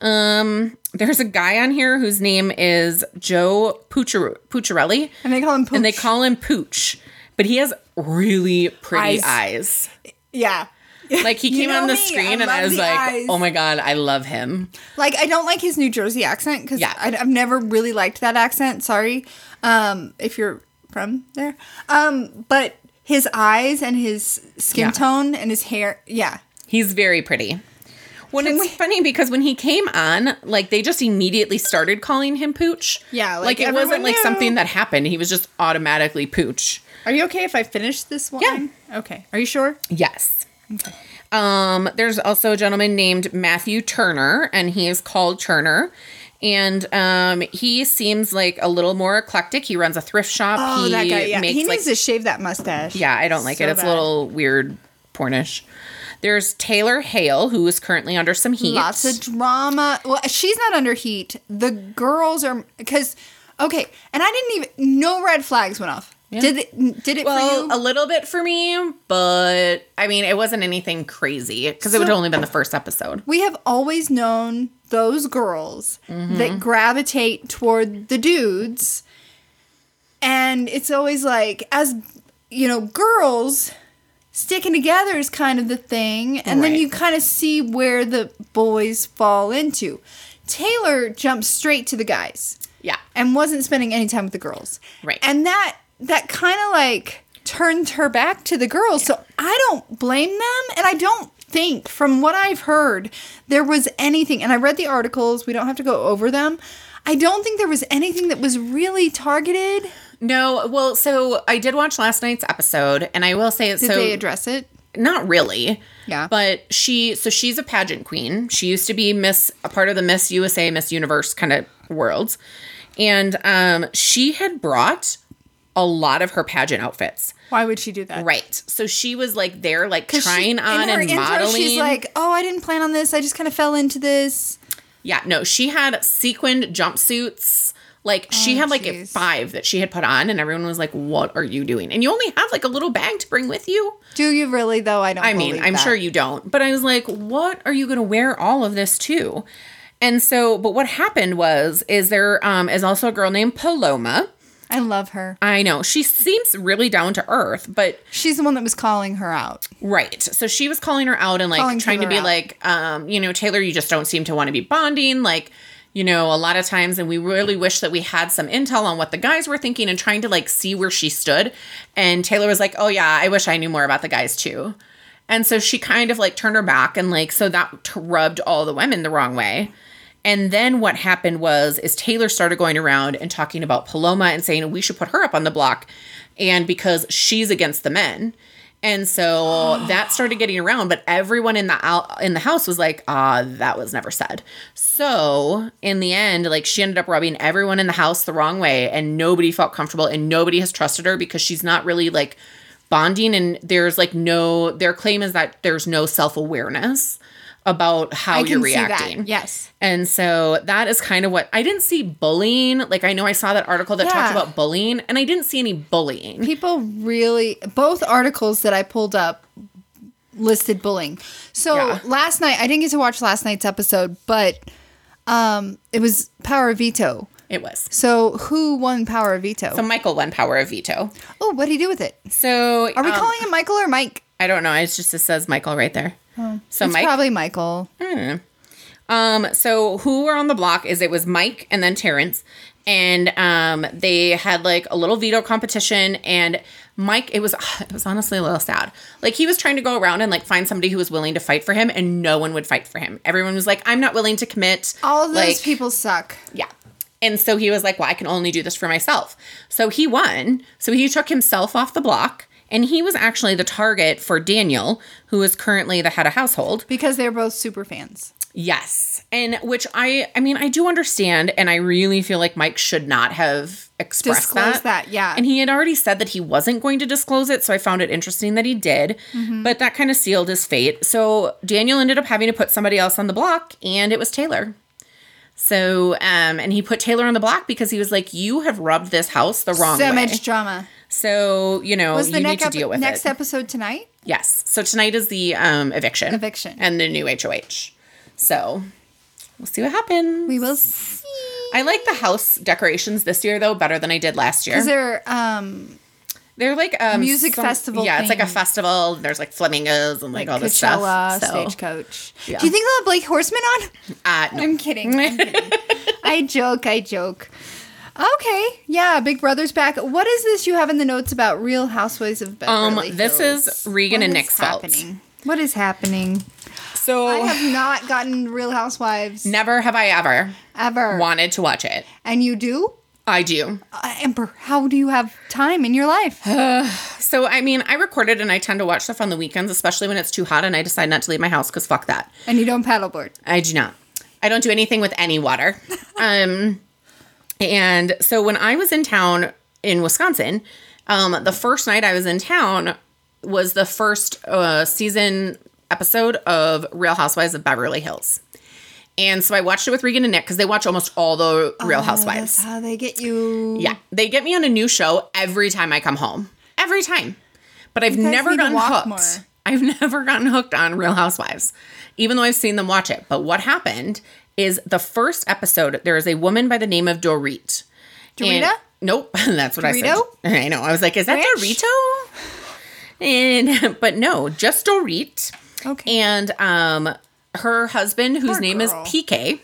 Um, there's a guy on here whose name is Joe Pucciar- Pucciarelli,
And they call him Pooch.
and they call him Pooch, but he has really pretty
Eyes.
eyes.
yeah.
Like he came
know
on the
me, I
screen and
love
I was
the
like,
eyes.
oh my God, I love him.
Like I don't like his New Jersey accent because
Yeah.
I've never really liked that accent. Sorry, um, if you're from there. Um, but his eyes and his skin
Yeah.
tone and his hair, yeah,
He's very pretty. When it's funny because when he came on, like they just immediately started calling him Pooch.
Yeah, like,
like, it wasn't
everyone
like
knew.
something that happened. He was just automatically Pooch.
Are you okay if I finish this one?
Yeah.
Okay. Are you sure?
Yes. Um, there's also a gentleman named Matthew Turner, and he is called Turner. And um, he seems like a little more eclectic. He runs a thrift shop.
Oh,
he
that guy. Yeah.
makes
he needs
like
to shave that mustache.
yeah, I don't like
So
it. It's
bad.
a little weird, pornish. There's Taylor Hale, who is currently under some heat.
Lots of drama. Well, she's not under heat. The girls are because okay, and I didn't even no red flags went off. Did it? Did it
Well,
for
a
you?
little bit for me, but I mean, it wasn't anything crazy because it would
So-
only been the first episode.
We have always known those girls
Mm-hmm.
that gravitate toward the dudes, and it's always like as you know, girls sticking together is kind of the thing, and then
Right.
you kind of see where the boys fall into. Taylor jumps straight to the guys.
Yeah.
and wasn't spending any time with the girls.
Right.
And that that kind of like turned her back to the girls. So I don't blame them and I don't think, from what I've heard, there was anything, and I read the articles, we don't have to go over them. I don't think there was anything that was really targeted.
No, well, so I did watch last night's episode, and I will say it's
Did
so
they address it?
not really.
Yeah.
But she, so she's a pageant queen. She used to be Miss, a part of the Miss USA, Miss Universe kind of worlds. And um, she had brought a lot of her pageant outfits.
Why would she do that?
Right. So she was like there, like
'Cause she-
trying on
in her
and
intro,
modeling.
She's like, oh, I didn't plan on this. I just kind of fell into this.
Yeah, no, she had sequined jumpsuits. Like she
Oh,
had like
jeez.
five that she had put on, and everyone was like, "What are you doing?" And you only have like a little bag to bring with you.
Do you really, though? I don't
I mean,
believe
I'm
that.
sure you don't, but I was like, "What are you going to wear all of this to?" And so, but what happened was, is there um, is also a girl named Paloma.
I love her.
I know she seems really down to earth, but
She's the one that was calling her out.
Right. So she was calling her out and like
Calling
trying to
Taylor
be
out.
like, um, you know, Taylor, you just don't seem to want to be bonding. Like, you know, a lot of times, and we really wish that we had some intel on what the guys were thinking and trying to like see where she stood. And Taylor was like, oh, yeah, I wish I knew more about the guys too. And so she kind of like turned her back and like, so that t- rubbed all the women the wrong way. And then what happened was is Taylor started going around and talking about Paloma and saying we should put her up on the block and because she's against the men. And so that started getting around, but everyone in the out, in the house was like, "Ah, that was never said." So in the end, like she ended up rubbing everyone in the house the wrong way, and nobody felt comfortable, and nobody has trusted her because she's not really like bonding, and there's like no. Their claim is that there's no self awareness about how
I
Oh, you're
can see that.
reacting.
Yes.
And so that is kind of what I didn't see bullying. Like I know I saw that article that talked
Yeah.
about bullying, and I didn't see any bullying.
people really both articles that I pulled up listed bullying. So
Yeah.
last night I didn't get to watch last night's episode, but um it was Power of Veto.
It was.
So who won Power of Veto?
So Michael won power of veto.
oh, what do you do with it?
So um,
Are we calling him Michael or Mike?
I don't know. It's just it says Michael right there. so
Oh, It's
Mike.
probably Michael.
um. So who were on the block is it was Mike and then Terrence, and um they had like a little veto competition and. Mike, it was it was honestly a little sad. Like he was trying to go around and like find somebody who was willing to fight for him, and no one would fight for him. Everyone was like, "I'm not willing to commit."
All those
Like,
people suck.
Yeah. And so he was like, well, I can only do this for myself. So he won. So he took himself off the block. And he was actually the target for Daniel, who is currently the head of household.
Because they're both super fans.
Yes. And which I I mean, I do understand, and I really feel like Mike should not have expressed
Disclose
that.
that, yeah.
And he had already said that he wasn't going to disclose it, so I found it interesting that he did.
Mm-hmm.
But that kind of sealed his fate. So Daniel ended up having to put somebody else on the block, and it was Taylor. So, um, and he put Taylor on the block because he was like, "You have rubbed this house the wrong
so
way."
much drama.
So, you know,
Was
you
the
need
next,
to
ep-
deal with
next
it.
episode tonight?
Yes. So tonight is the um, eviction.
Eviction.
And the new HOH. So we'll see what happens.
We will see.
I like the house decorations this year though better than I did last year.
Is there um
They're like um,
Music festival
Yeah, it's like a
themed.
festival. There's like flamingos and like, all this
Coachella,
stuff. So,
Stagecoach?
Yeah.
Do you think they'll have Blake Horseman on?
uh, no.
I'm kidding. I'm kidding. I joke. I joke. Okay. Yeah. Big Brother's back. What is this you have in the notes about Real Housewives of
Um,
Beverly
this
Hills?
is Regan and Nick's fault.
happening? What is happening?
so
I have not gotten Real Housewives
never have I ever
ever.
wanted to watch it.
And you do?
I do.
Uh, Ember, how do you have time in your life?
So I mean, I recorded and I tend to watch stuff on the weekends, especially when it's too hot and I decide not to leave my house because fuck that.
and you don't paddleboard.
I do not. I don't do anything with any water. Um, and so when I was in town in Wisconsin, um, the first night I was in town was the first uh, season episode of Real Housewives of Beverly Hills. And so I watched it with Regan and Nick because they watch almost all the Real
Oh,
Housewives.
that's how they get you.
Yeah, they get me on a new show every time I come home. Every time. But I've
guys need
never
to
gotten
walk
hooked.
more.
I've never gotten hooked on Real Housewives, even though I've seen them watch it. But what happened is the first episode, there is a woman by the name of Dorit. And-
Dorita?
nope, that's what
Dorito?
I said. I know. I was like, is that
Ranch?
Dorito? And but no, just Dorit.
Okay.
And um her husband, whose
Poor
name
girl.
is PK.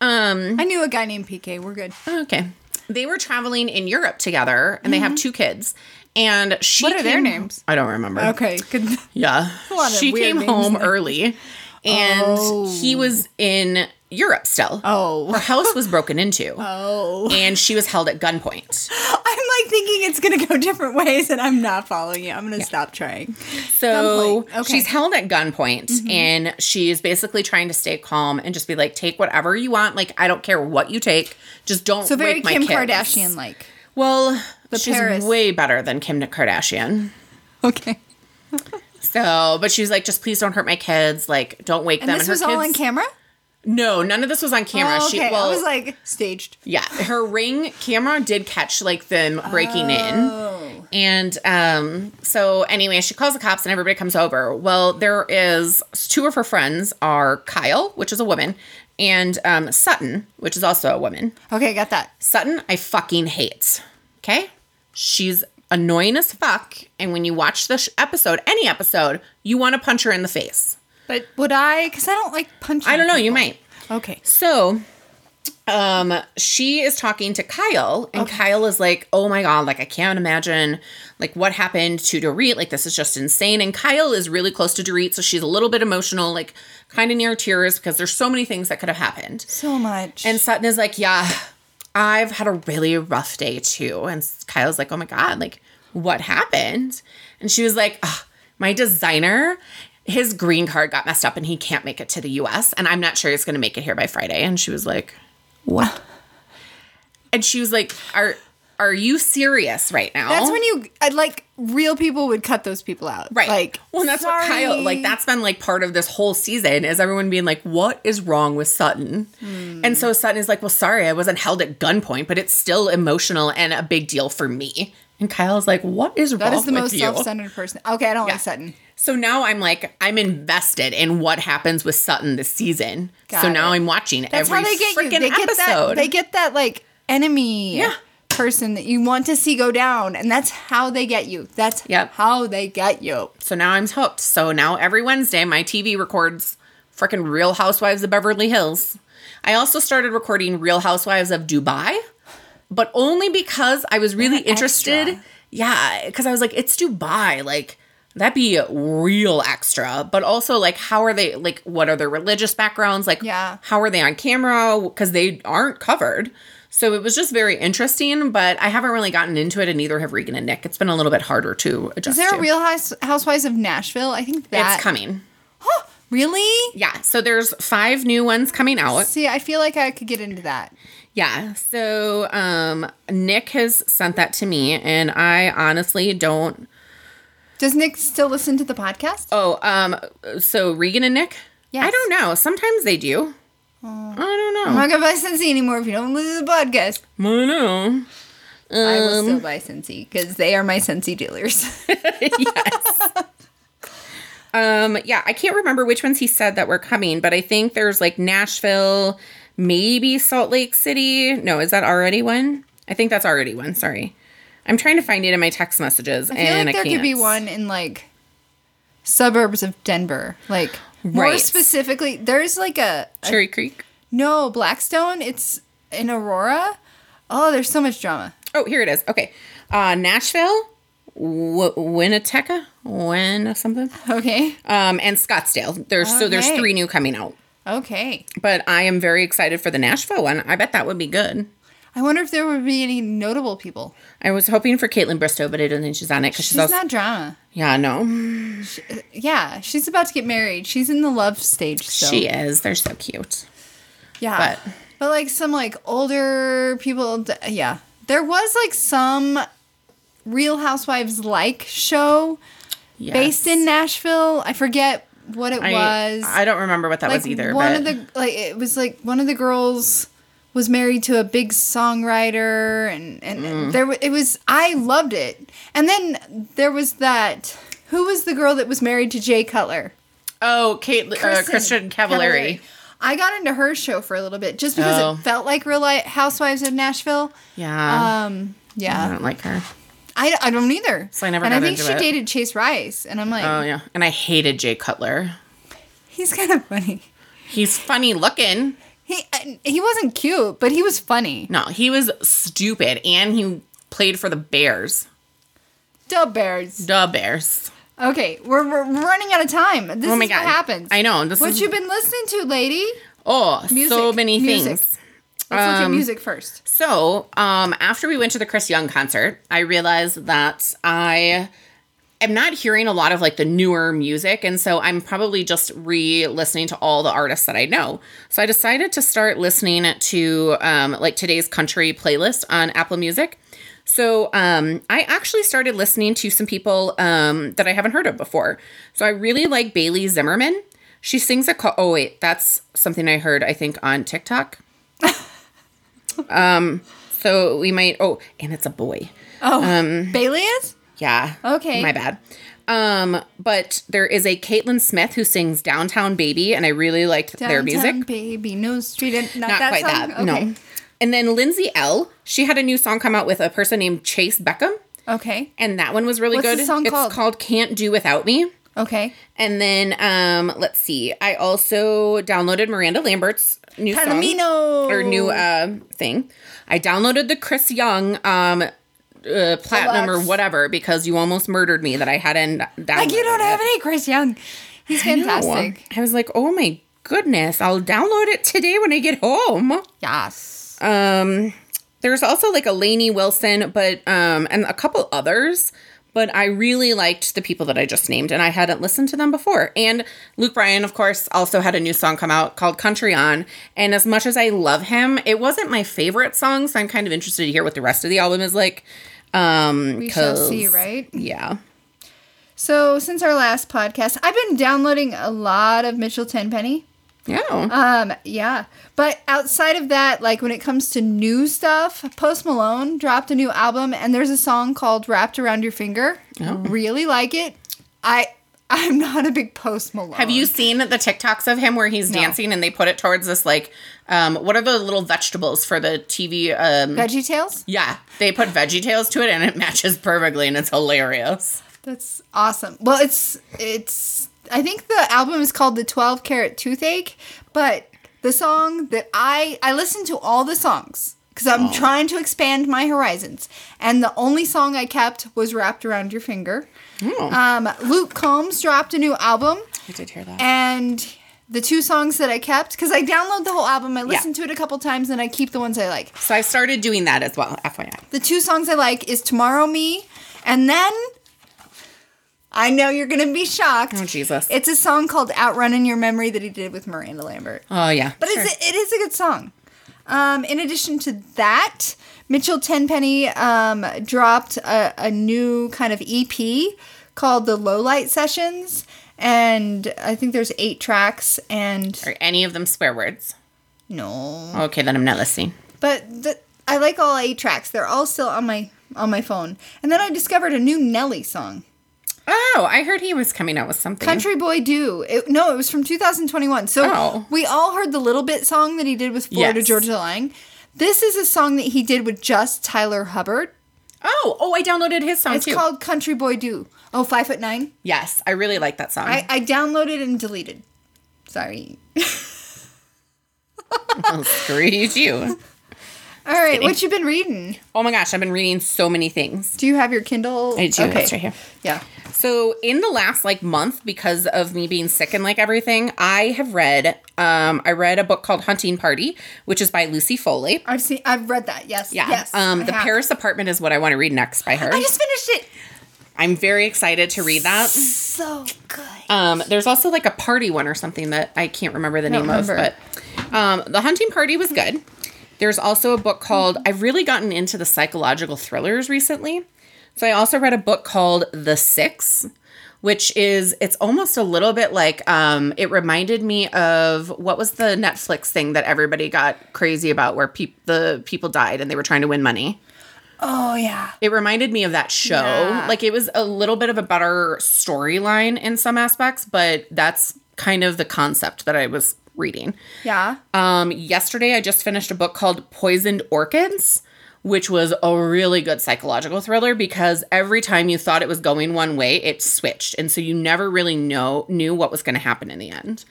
I knew a guy named PK. We're good.
Okay. They were traveling in Europe together and they have two kids. And she
Mm-hmm. What are their
came-
names?
I don't remember.
Okay, good.
Yeah.
a lot of
she
weird
came
names
home
there.
early and
Oh.
he was in Europe still. Her
Oh,
house was broken into
oh.
and she was held at gunpoint.
I'm like thinking it's gonna go different ways, and I'm not following you. I'm gonna stop trying. Gunpoint,
So
okay. Mm-hmm.
she's held at gunpoint and she's basically trying to stay calm and just be like, take whatever you want. Like, I don't care what you take. Just don't
So very
wake my
Kim
kids."
Kardashian like.
Well,
The
she's
Paris.
way better than Kim Kardashian.
Okay.
So, but she's like, just please don't hurt my kids. Like, don't wake
And
them.
this
her
was all on
kids-
camera.
No, none of this was on camera.
Oh,
She
okay,
well,
I was like staged.
yeah, her ring camera did catch like them breaking
Oh.
in. And um, so anyway, she calls the cops and everybody comes over. Well, there is two of her friends are Kyle, which is a woman, and um, Sutton, which is also a woman.
Okay, got that.
Sutton, I fucking hate. Okay? She's annoying as fuck. And when you watch this episode, any episode, you want to punch her in the face.
But would I? Because I don't like punching.
I don't know, you might.
Okay.
So, um, she is talking to Kyle, and Kyle is like, "Oh my god, like I can't imagine, like what happened to Dorit. Like this is just insane." And Kyle is really close to Dorit, so she's a little bit emotional, like kind of near tears because there's so many things that could have happened.
So much.
And Sutton is like, "Yeah, I've had a really rough day too." And Kyle's like, "Oh my god, like what happened?" And she was like, "Ugh, "My designer." His green card got messed up and he can't make it to the US. And I'm not sure he's going to make it here by Friday. And she was like,
what?
and she was like, "Are are you serious right now?"
That's when you I'd like real people would cut those people out.
right.
Like
well, that's what Kyle
sorry.
like. That's been like part of this whole season is everyone being like, "What is wrong with Sutton?"
Hmm.
And so Sutton is like, "Well, sorry, I wasn't held at gunpoint, but it's still emotional and a big deal for me." And Kyle's like, "What is wrong
that is the
with
most
you?"
self-centered person. Okay, I don't
Yeah.
like Sutton.
So now I'm like, I'm invested in what happens with Sutton this season.
Got
so now
it.
I'm watching
That's
every
how they get you.
freaking
They get that
episode.
they get that like enemy
Yeah.
person that you want to see go down and that's how they get you. That's
Yep.
how they get you.
So now I'm hooked. So now every Wednesday, my TV records freaking Real Housewives of Beverly Hills. I also started recording Real Housewives of Dubai, but only because I was really
They're extra.
interested. Yeah, because I was like, it's Dubai. Like, that'd be real extra. But also, like, how are they, like, what are their religious backgrounds? Like,
Yeah.
how are they on camera? Because they aren't covered. So it was just very interesting, but I haven't really gotten into it, and neither have Regan and Nick. It's been a little bit harder to adjust.
Is there
to.
a Real House- Housewives of Nashville? I think that
It's coming.
really.
Yeah. So there's five new ones coming out.
See, I feel like I could get into that.
Yeah. So um, Nick has sent that to me, and I honestly don't.
Does Nick still listen to the podcast?
Oh, um, so Regan and Nick.
Yes. Mm.
I don't know. Sometimes they do. I don't
I'm
know.
not gonna buy Cincy anymore if you don't listen to the podcast.
I don't know.
I will still buy Scentsy because they are my Scentsy dealers.
Um, yeah, I can't remember which ones he said that were coming, but I think there's like Nashville, maybe Salt Lake City. No, is that already one? I think that's already one. Sorry, I'm trying to find it in my text messages,
I feel
and
like there
I can't.
could be one in like suburbs of Denver, like more
Right.
specifically. There's like a, a-
Cherry Creek.
no Blackstone. It's in Aurora. Oh, there's so much drama.
Oh, here it is. Okay. Uh, Nashville, w- Winneteca, Win something,
Okay,
um, and Scottsdale. There's so there's
Okay.
three new coming out,
okay.
but I am very excited for the Nashville one. I bet that would be good.
I wonder if there would be any notable people.
I was hoping for Caitlin Bristow, but I don't think she's on it because she's,
She's
also
not drama.
yeah no
Yeah, she's about to get married. She's in the love stage. So.
she is. They're so cute.
Yeah.
But-
But, like some like older people, d- yeah. There was like some Real Housewives like show
Yes.
based in Nashville. I forget what it
I,
was.
I don't remember what that
like
was either.
One
but
of the like it was like one of the girls was married to a big songwriter and and
Mm.
and there wa- it was I loved it. And then there was that who was the girl that was married to Jay Cutler?
oh, Kate uh, Christian Cavallari.
I got into her show for a little bit just because
Oh.
it felt like Real Li- Housewives of Nashville.
Yeah,
Um,
I
yeah,
don't like her.
I, I don't either.
So I never
And I
got
think
into
she
it.
dated Chase Rice, and I'm like,
Oh yeah, and I hated Jay Cutler.
he's kind of funny.
He's funny looking.
He uh, he wasn't cute, but he was funny.
No, he was stupid and he played for the Bears.
Dub bears.
Da bears.
Okay, we're, we're running out of time. This
Oh my
is
god.
what happens.
I know. This
What
is
you been listening to, lady?
oh so
Music.
many
Music.
things.
Let's
Um,
look at music first.
So, um, after we went to the Chris Young concert, I realized that I am not hearing a lot of like the newer music. And so I'm probably just re listening to all the artists that I know. So I decided to start listening to um, like today's country playlist on Apple Music. So um, I actually started listening to some people um, that I haven't heard of before. So I really like Bailey Zimmerman. She sings a co- oh wait that's something I heard I think on TikTok. So we might. Oh, and it's a boy.
Oh,
um,
Bailey is?
Yeah.
Okay.
My bad. Um, but there is a Caitlin Smith who sings "Downtown Baby," and I really liked their music.
Downtown Baby, no street. and- Not,
Not
that
quite
song?
that.
Okay.
No. And then Lindsay L. She had a new song come out with a person named Chase Beckham,
Okay.
and that one was really
What's the
good.
song
it's
called?
"Can't Do Without Me."
Okay.
And then um, let's see. I also downloaded Miranda Lambert's new song.
Palomino.
or new uh, thing. I downloaded the Chris Young um, uh, platinum or
Deluxe.
whatever because you almost murdered me that I hadn't downloaded.
Like you don't
it.
have any Chris Young. He's fantastic.
I was like, oh my goodness, I'll download it today when I get home.
Yes.
Um, there's also like a Lainey Wilson, but um, and a couple others. But I really liked the people that I just named, and I hadn't listened to them before. And Luke Bryan, of course, also had a new song come out called "Country On." And as much as I love him, it wasn't my favorite song, so I'm kind of interested to hear what the rest of the album is like. Um,
we shall
'cause-
see, right?
Yeah.
So since our last podcast, I've been downloading a lot of Mitchell Tenpenny.
Yeah.
Um, yeah. But outside of that, like when it comes to new stuff, Post Malone dropped a new album and there's a song called Wrapped Around Your Finger.
Oh.
Really like it. I I'm not a big Post Malone.
Have you seen the TikToks of him where he's dancing and they put it towards this like, um, what are the little vegetables for the TV? Um,
Veggie Tales?
yeah, they put Veggie Tales to it and it matches perfectly and it's hilarious.
That's awesome. Well, it's it's I think the album is called The 12 Carat Toothache, but the song that I I listen to all the songs cuz I'm trying to expand my horizons. And the only song I kept was Wrapped Around Your Finger. Um Luke Combs dropped a new album
I did hear that.
and the two songs that I kept cuz I download the whole album, I listen to it a couple times and I keep the ones I like.
So I started doing that as well, FYI.
The two songs I like is Tomorrow Me and then I know you're going to be shocked.
Oh, Jesus.
It's a song called Outrun in Your Memory that he did with Miranda Lambert.
Oh, yeah.
But it's, it is a good song. Um, in addition to that, Mitchell Tenpenny um, dropped a, a new kind of EP called The Lowlight Sessions. And I think there's eight tracks and
Are any of them swear words?
no.
Okay, then I'm not listening.
But the, I like all eight tracks. They're all still on my on my phone. And then I discovered a new Nelly song,
Oh, I heard he was coming out with something.
"Country Boy Do." It, no, it was from 2021. So
Oh.
we all heard the little bit song that he did with Florida
Yes.
Georgia Line. This is a song that he did with just Tyler Hubbard.
Oh, oh, I downloaded his song
It's
too.
called "Country Boy Do." Oh, five foot nine.
yes, I really like that song.
I, I downloaded and deleted. Sorry.
I'll screech you.
All right, what you been reading?
Oh my gosh, I've been reading so many things.
Do you have your Kindle?
I do. It's right here.
Yeah.
So in the last like month, because of me being sick and like everything, I have read. Um, I read a book called Hunting Party, which is by Lucy Foley.
I've seen. I've read that. Yes.
Yeah.
Yes.
um,
I
the
have.
Paris Apartment is what I want to read next by her.
I just finished it.
I'm very excited to read that.
So good.
Um, there's also like a party one or something that I can't remember the name
Don't remember.
of, but um, the hunting party was good. There's also a book called
Mm-hmm.
I've really gotten into the psychological thrillers recently. So I also read a book called The Six, which is it's almost a little bit like um, it reminded me of what was the Netflix thing that everybody got crazy about where peop the people died and they were trying to win money.
Oh yeah.
It reminded me of that show.
Yeah.
Like it was a little bit of a better storyline in some aspects, but that's kind of the concept that I was reading.
Yeah.
Um, yesterday, I just finished a book called Poisoned Orchids, which was a really good psychological thriller because every time you thought it was going one way, it switched, and so you never really know knew what was going to happen in the end.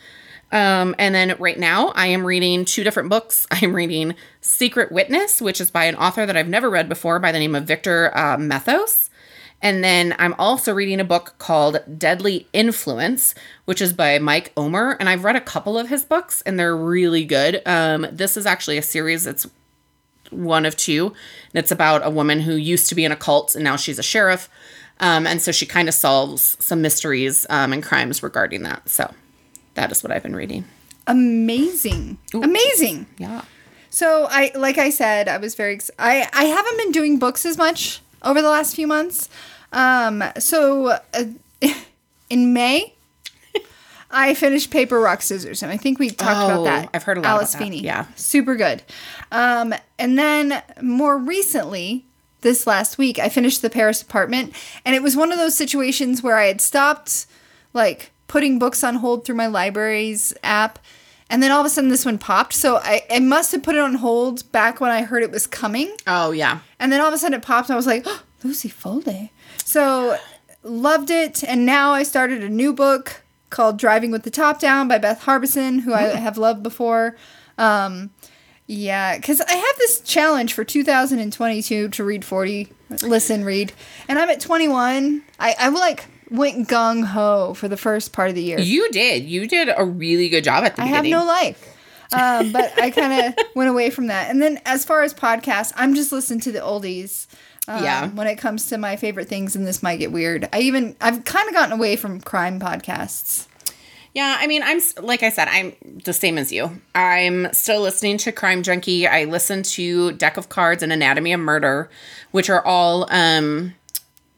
Um, and then right now, I am reading two different books. I am reading Secret Witness, which is by an author that I've never read before by the name of Victor uh, Methos. And then I'm also reading a book called Deadly Influence, which is by Mike Omer. And I've read a couple of his books, and they're really good. Um, this is actually a series that's one of two, and it's about a woman who used to be in a cult and now she's a sheriff. Um, and so she kind of solves some mysteries um, and crimes regarding that. So that is what I've been reading.
Amazing. Amazing.
Yeah.
So I like I said, I was very ex- I I haven't been doing books as much over the last few months. Um so uh, in May I finished Paper Rock Scissors and I think we talked about
Oh,
that.
I've heard a lot about
Alice
that.
Feeney.
Yeah.
Super good. Um and then more recently this last week I finished The Paris Apartment and it was one of those situations where I had stopped like putting books on hold through my library's app and then all of a sudden this one popped so I, I must have put it on hold back when i heard it was coming
Oh, yeah.
and then all of a sudden it popped and i was like oh, lucy foley so loved it and now i started a new book called driving with the top down by beth harbison who i have loved before um, yeah because i have this challenge for 2022 to read 40 listen read and i'm at 21 i, I like went gung-ho for the first part of the year
You did. You did a really good job at the
I have no
beginning.
life. Um, but I kind of went away from that. And then as far as podcasts, I'm just listening to the oldies. um,
Yeah.
When it comes to my favorite things, and this might get weird. I even I've kind of gotten away from crime podcasts.
Yeah, I mean, I'm s- like I said, I'm the same as you. I'm still listening to Crime Junkie. I listen to Deck of Cards and Anatomy of Murder, which are all um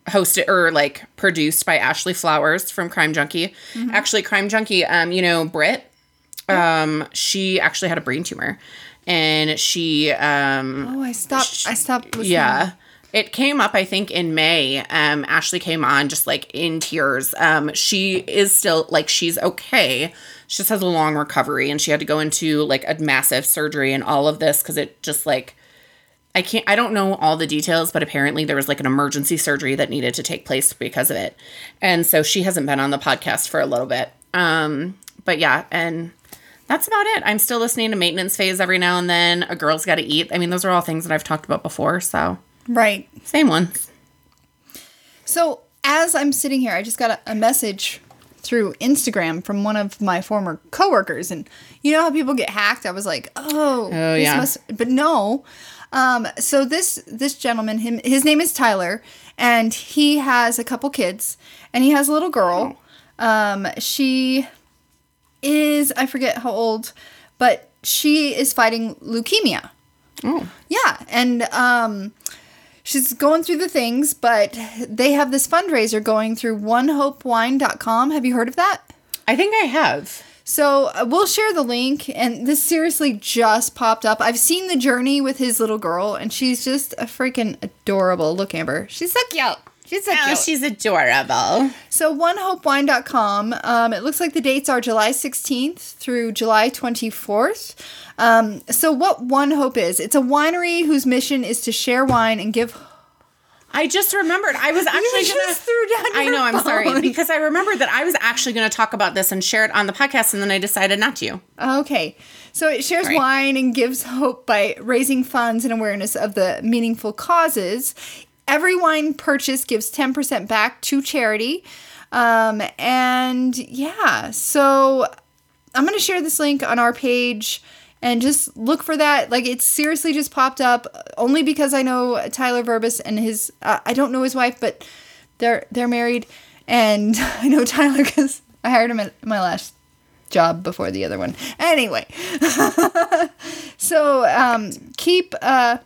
hosted or like produced by Ashley Flowers from Crime Junkie. Actually, Crime Junkie, um, you know, Britt, um, she actually had a brain tumor and she um
Oh, I stopped. I stopped listening.
yeah. It came up, I think, in May. Um, Ashley came on just like in tears. Um, she is still like she's okay. She just has a long recovery, and she had to go into like a massive surgery and all of this because it just like I can't. I don't know all the details, but apparently there was like an emergency surgery that needed to take place because of it, and so she hasn't been on the podcast for a little bit. Um, but yeah, and that's about it. I'm still listening to Maintenance Phase every now and then. A Girl's Got to Eat. I mean, those are all things that I've talked about before. So
Right.
same ones.
So as I'm sitting here, I just got a, a message through Instagram from one of my former coworkers, and you know how people get hacked. I was like, oh,
Oh,
this
yeah.
but no. Um, so this this gentleman, him, his name is Tyler, and he has a couple kids, and he has a little girl.
Oh.
Um, she is I forget how old, but she is fighting leukemia.
Oh.
Yeah, and um, she's going through the things, but they have this fundraiser going through onehopewine.com. Have you heard of that?
I think I have.
So uh, we'll share the link, and this seriously just popped up. I've seen the journey with his little girl, and she's just a freaking adorable. Look, Amber, she's so cute. Oh, She's so
Oh,
cute.
adorable.
So onehopewine.com. Um, it looks like the dates are July 16th through July 24th. Um, so what One Hope is? It's a winery whose mission is to share wine and give.
I just remembered. I was actually gonna,
just threw down
I
your
know. I'm sorry
phone.
because I remembered that I was actually going to talk about this and share it on the podcast, and then I decided not to.
Okay, so it shares
Sorry.
wine and gives hope by raising funds and awareness of the meaningful causes. Every wine purchase gives 10% back to charity. Um, and yeah, so I'm going to share this link on our page and just look for that. Like, it seriously just popped up only because I know Tyler Verbus and his, uh, I don't know his wife, but they're, they're married. And I know Tyler because I hired him at my last job before the other one. Anyway, so um, keep, uh,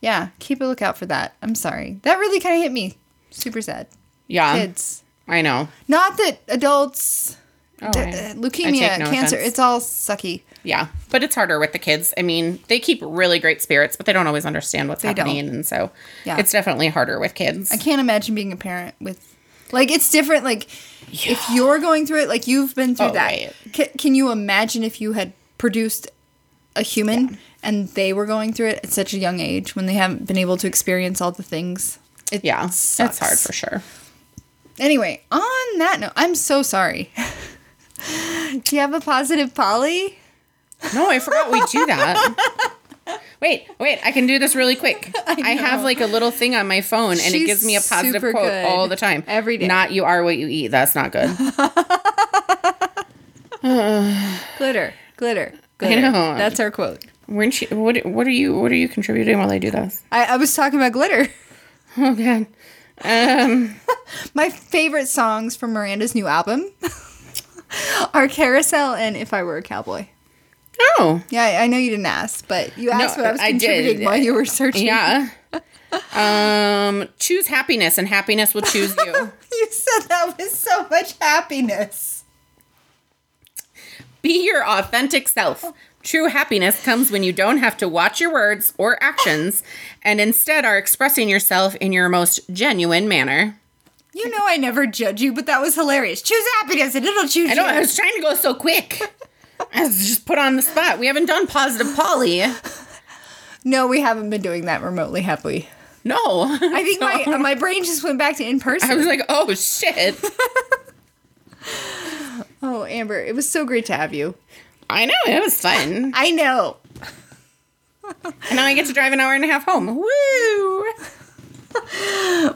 yeah, keep a lookout for that. I'm sorry. That really kind of hit me. Super sad.
Yeah,
Kids.
I know.
Not that adults,
Oh,
d-
I-
uh,
I take
leukemia,
no
cancer,
offense.
it's all sucky.
yeah, but it's harder with the kids. I mean, they keep really great spirits, but they don't always understand what's
don't.
happening, and so
Yeah.
it's definitely harder with kids.
I can't imagine being a parent with, like, it's different. Like, if you're going through it, like, you've been through
Oh,
that.
right.
Ca- can you imagine if you had produced a human and they were going through it at such a young age when they haven't been able to experience all the things? It
yeah,
sucks.
that's hard for sure.
Anyway, on that note, I'm so sorry. Do you have a positive Polly?
No, I forgot we do that. wait, wait, I can do this really quick. I, have like a little thing on my phone and it
She's
gives me a positive
super
quote
good.
all the time.
Every day.
Not you are what you eat. That's not good.
glitter, glitter, glitter.
know.
That's our quote.
Weren't you, what what are you what are you contributing while I do this?
I, I was talking about glitter.
Oh god.
My favorite songs from Miranda's new album are Carousel and If I Were a Cowboy.
Oh.
Yeah, I- I know you didn't ask, but you asked what I was
I did.
contributing while you were searching.
Yeah. um choose happiness and happiness will choose you.
You said that with so much happiness.
Be your authentic self. True happiness comes when you don't have to watch your words or actions and instead are expressing yourself in your most genuine manner.
You know I never judge you, but that was hilarious. Choose happiness and it'll choose
I know I
you.
was trying to go so quick. I was just put on the spot. We haven't done positive Polly.
No, we haven't been doing that remotely, have we?
No.
I think my um, my brain just went back to in person.
I was like, oh shit.
oh, Amber, it was so great to have you.
I know, it was fun.
I know.
And now I get to drive an hour and a half home. Woo!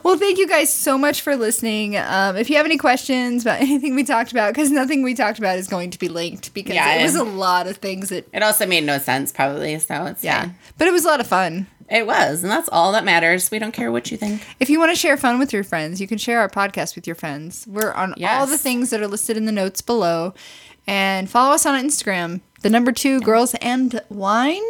Well, thank you guys so much for listening. Um, if you have any questions about anything we talked about, because nothing we talked about is going to be linked because
Yeah.
it was a lot of things that.
It also made no sense, probably, so it's
Yeah.
fine.
But it was a lot of fun.
It was, and that's all that matters. We don't care what you think.
If you want to share fun with your friends, you can share our podcast with your friends. We're on all the
Yes.
things that are listed in the notes below. And follow us on Instagram, the number two girls and wine.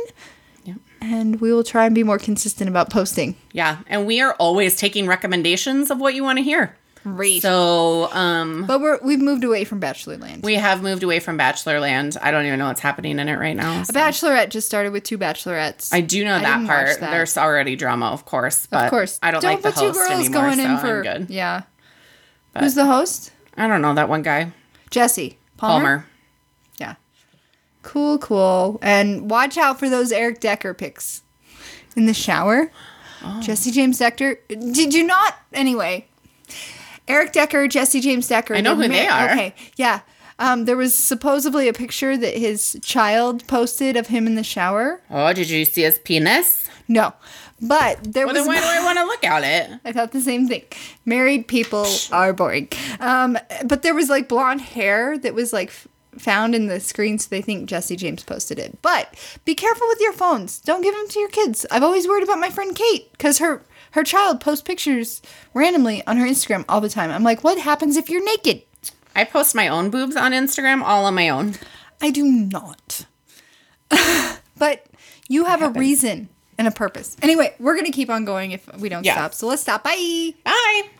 Yep.
And we will try and be more consistent about posting.
Yeah, and we are always taking recommendations of what you want to hear.
Great.
So, um,
But we're, we've moved away from Bachelor Land.
we have moved away from Bachelor Land. I don't even know what's happening in it right now. so-
Bachelorette just started with two bachelorettes.
I do know that
didn't watch
part.
that.
There's already drama, of course, but
of course.
I don't, like the host anymore. so I'm good.
Yeah. Who's the host?
I don't know that one guy,
Jesse Palmer.
Palmer.
Yeah. Cool, cool. And watch out for those Eric Decker pics in the shower.
Oh.
Jesse James Decker. Did you not? Anyway, Eric Decker, Jesse James Decker. I
know who they are.
Okay, yeah. Um, there was supposedly a picture that his child posted of him in the shower.
Oh, did you see his penis?
No, but there
Well,
was.
then why do I want to look at it?
I thought the same thing. Married people are boring. Um, but there was like blonde hair that was like f- found in the screen, so they think Jesse James posted it. But be careful with your phones. Don't give them to your kids. I've always worried about my friend Kate because her her child posts pictures randomly on her Instagram all the time. I'm like, what happens if you're naked?
I post my own boobs on Instagram, all on my own.
I do not. but you have a reason and a purpose. Anyway, we're gonna keep on going if we don't
Yeah.
stop. So let's stop. Bye.
Bye.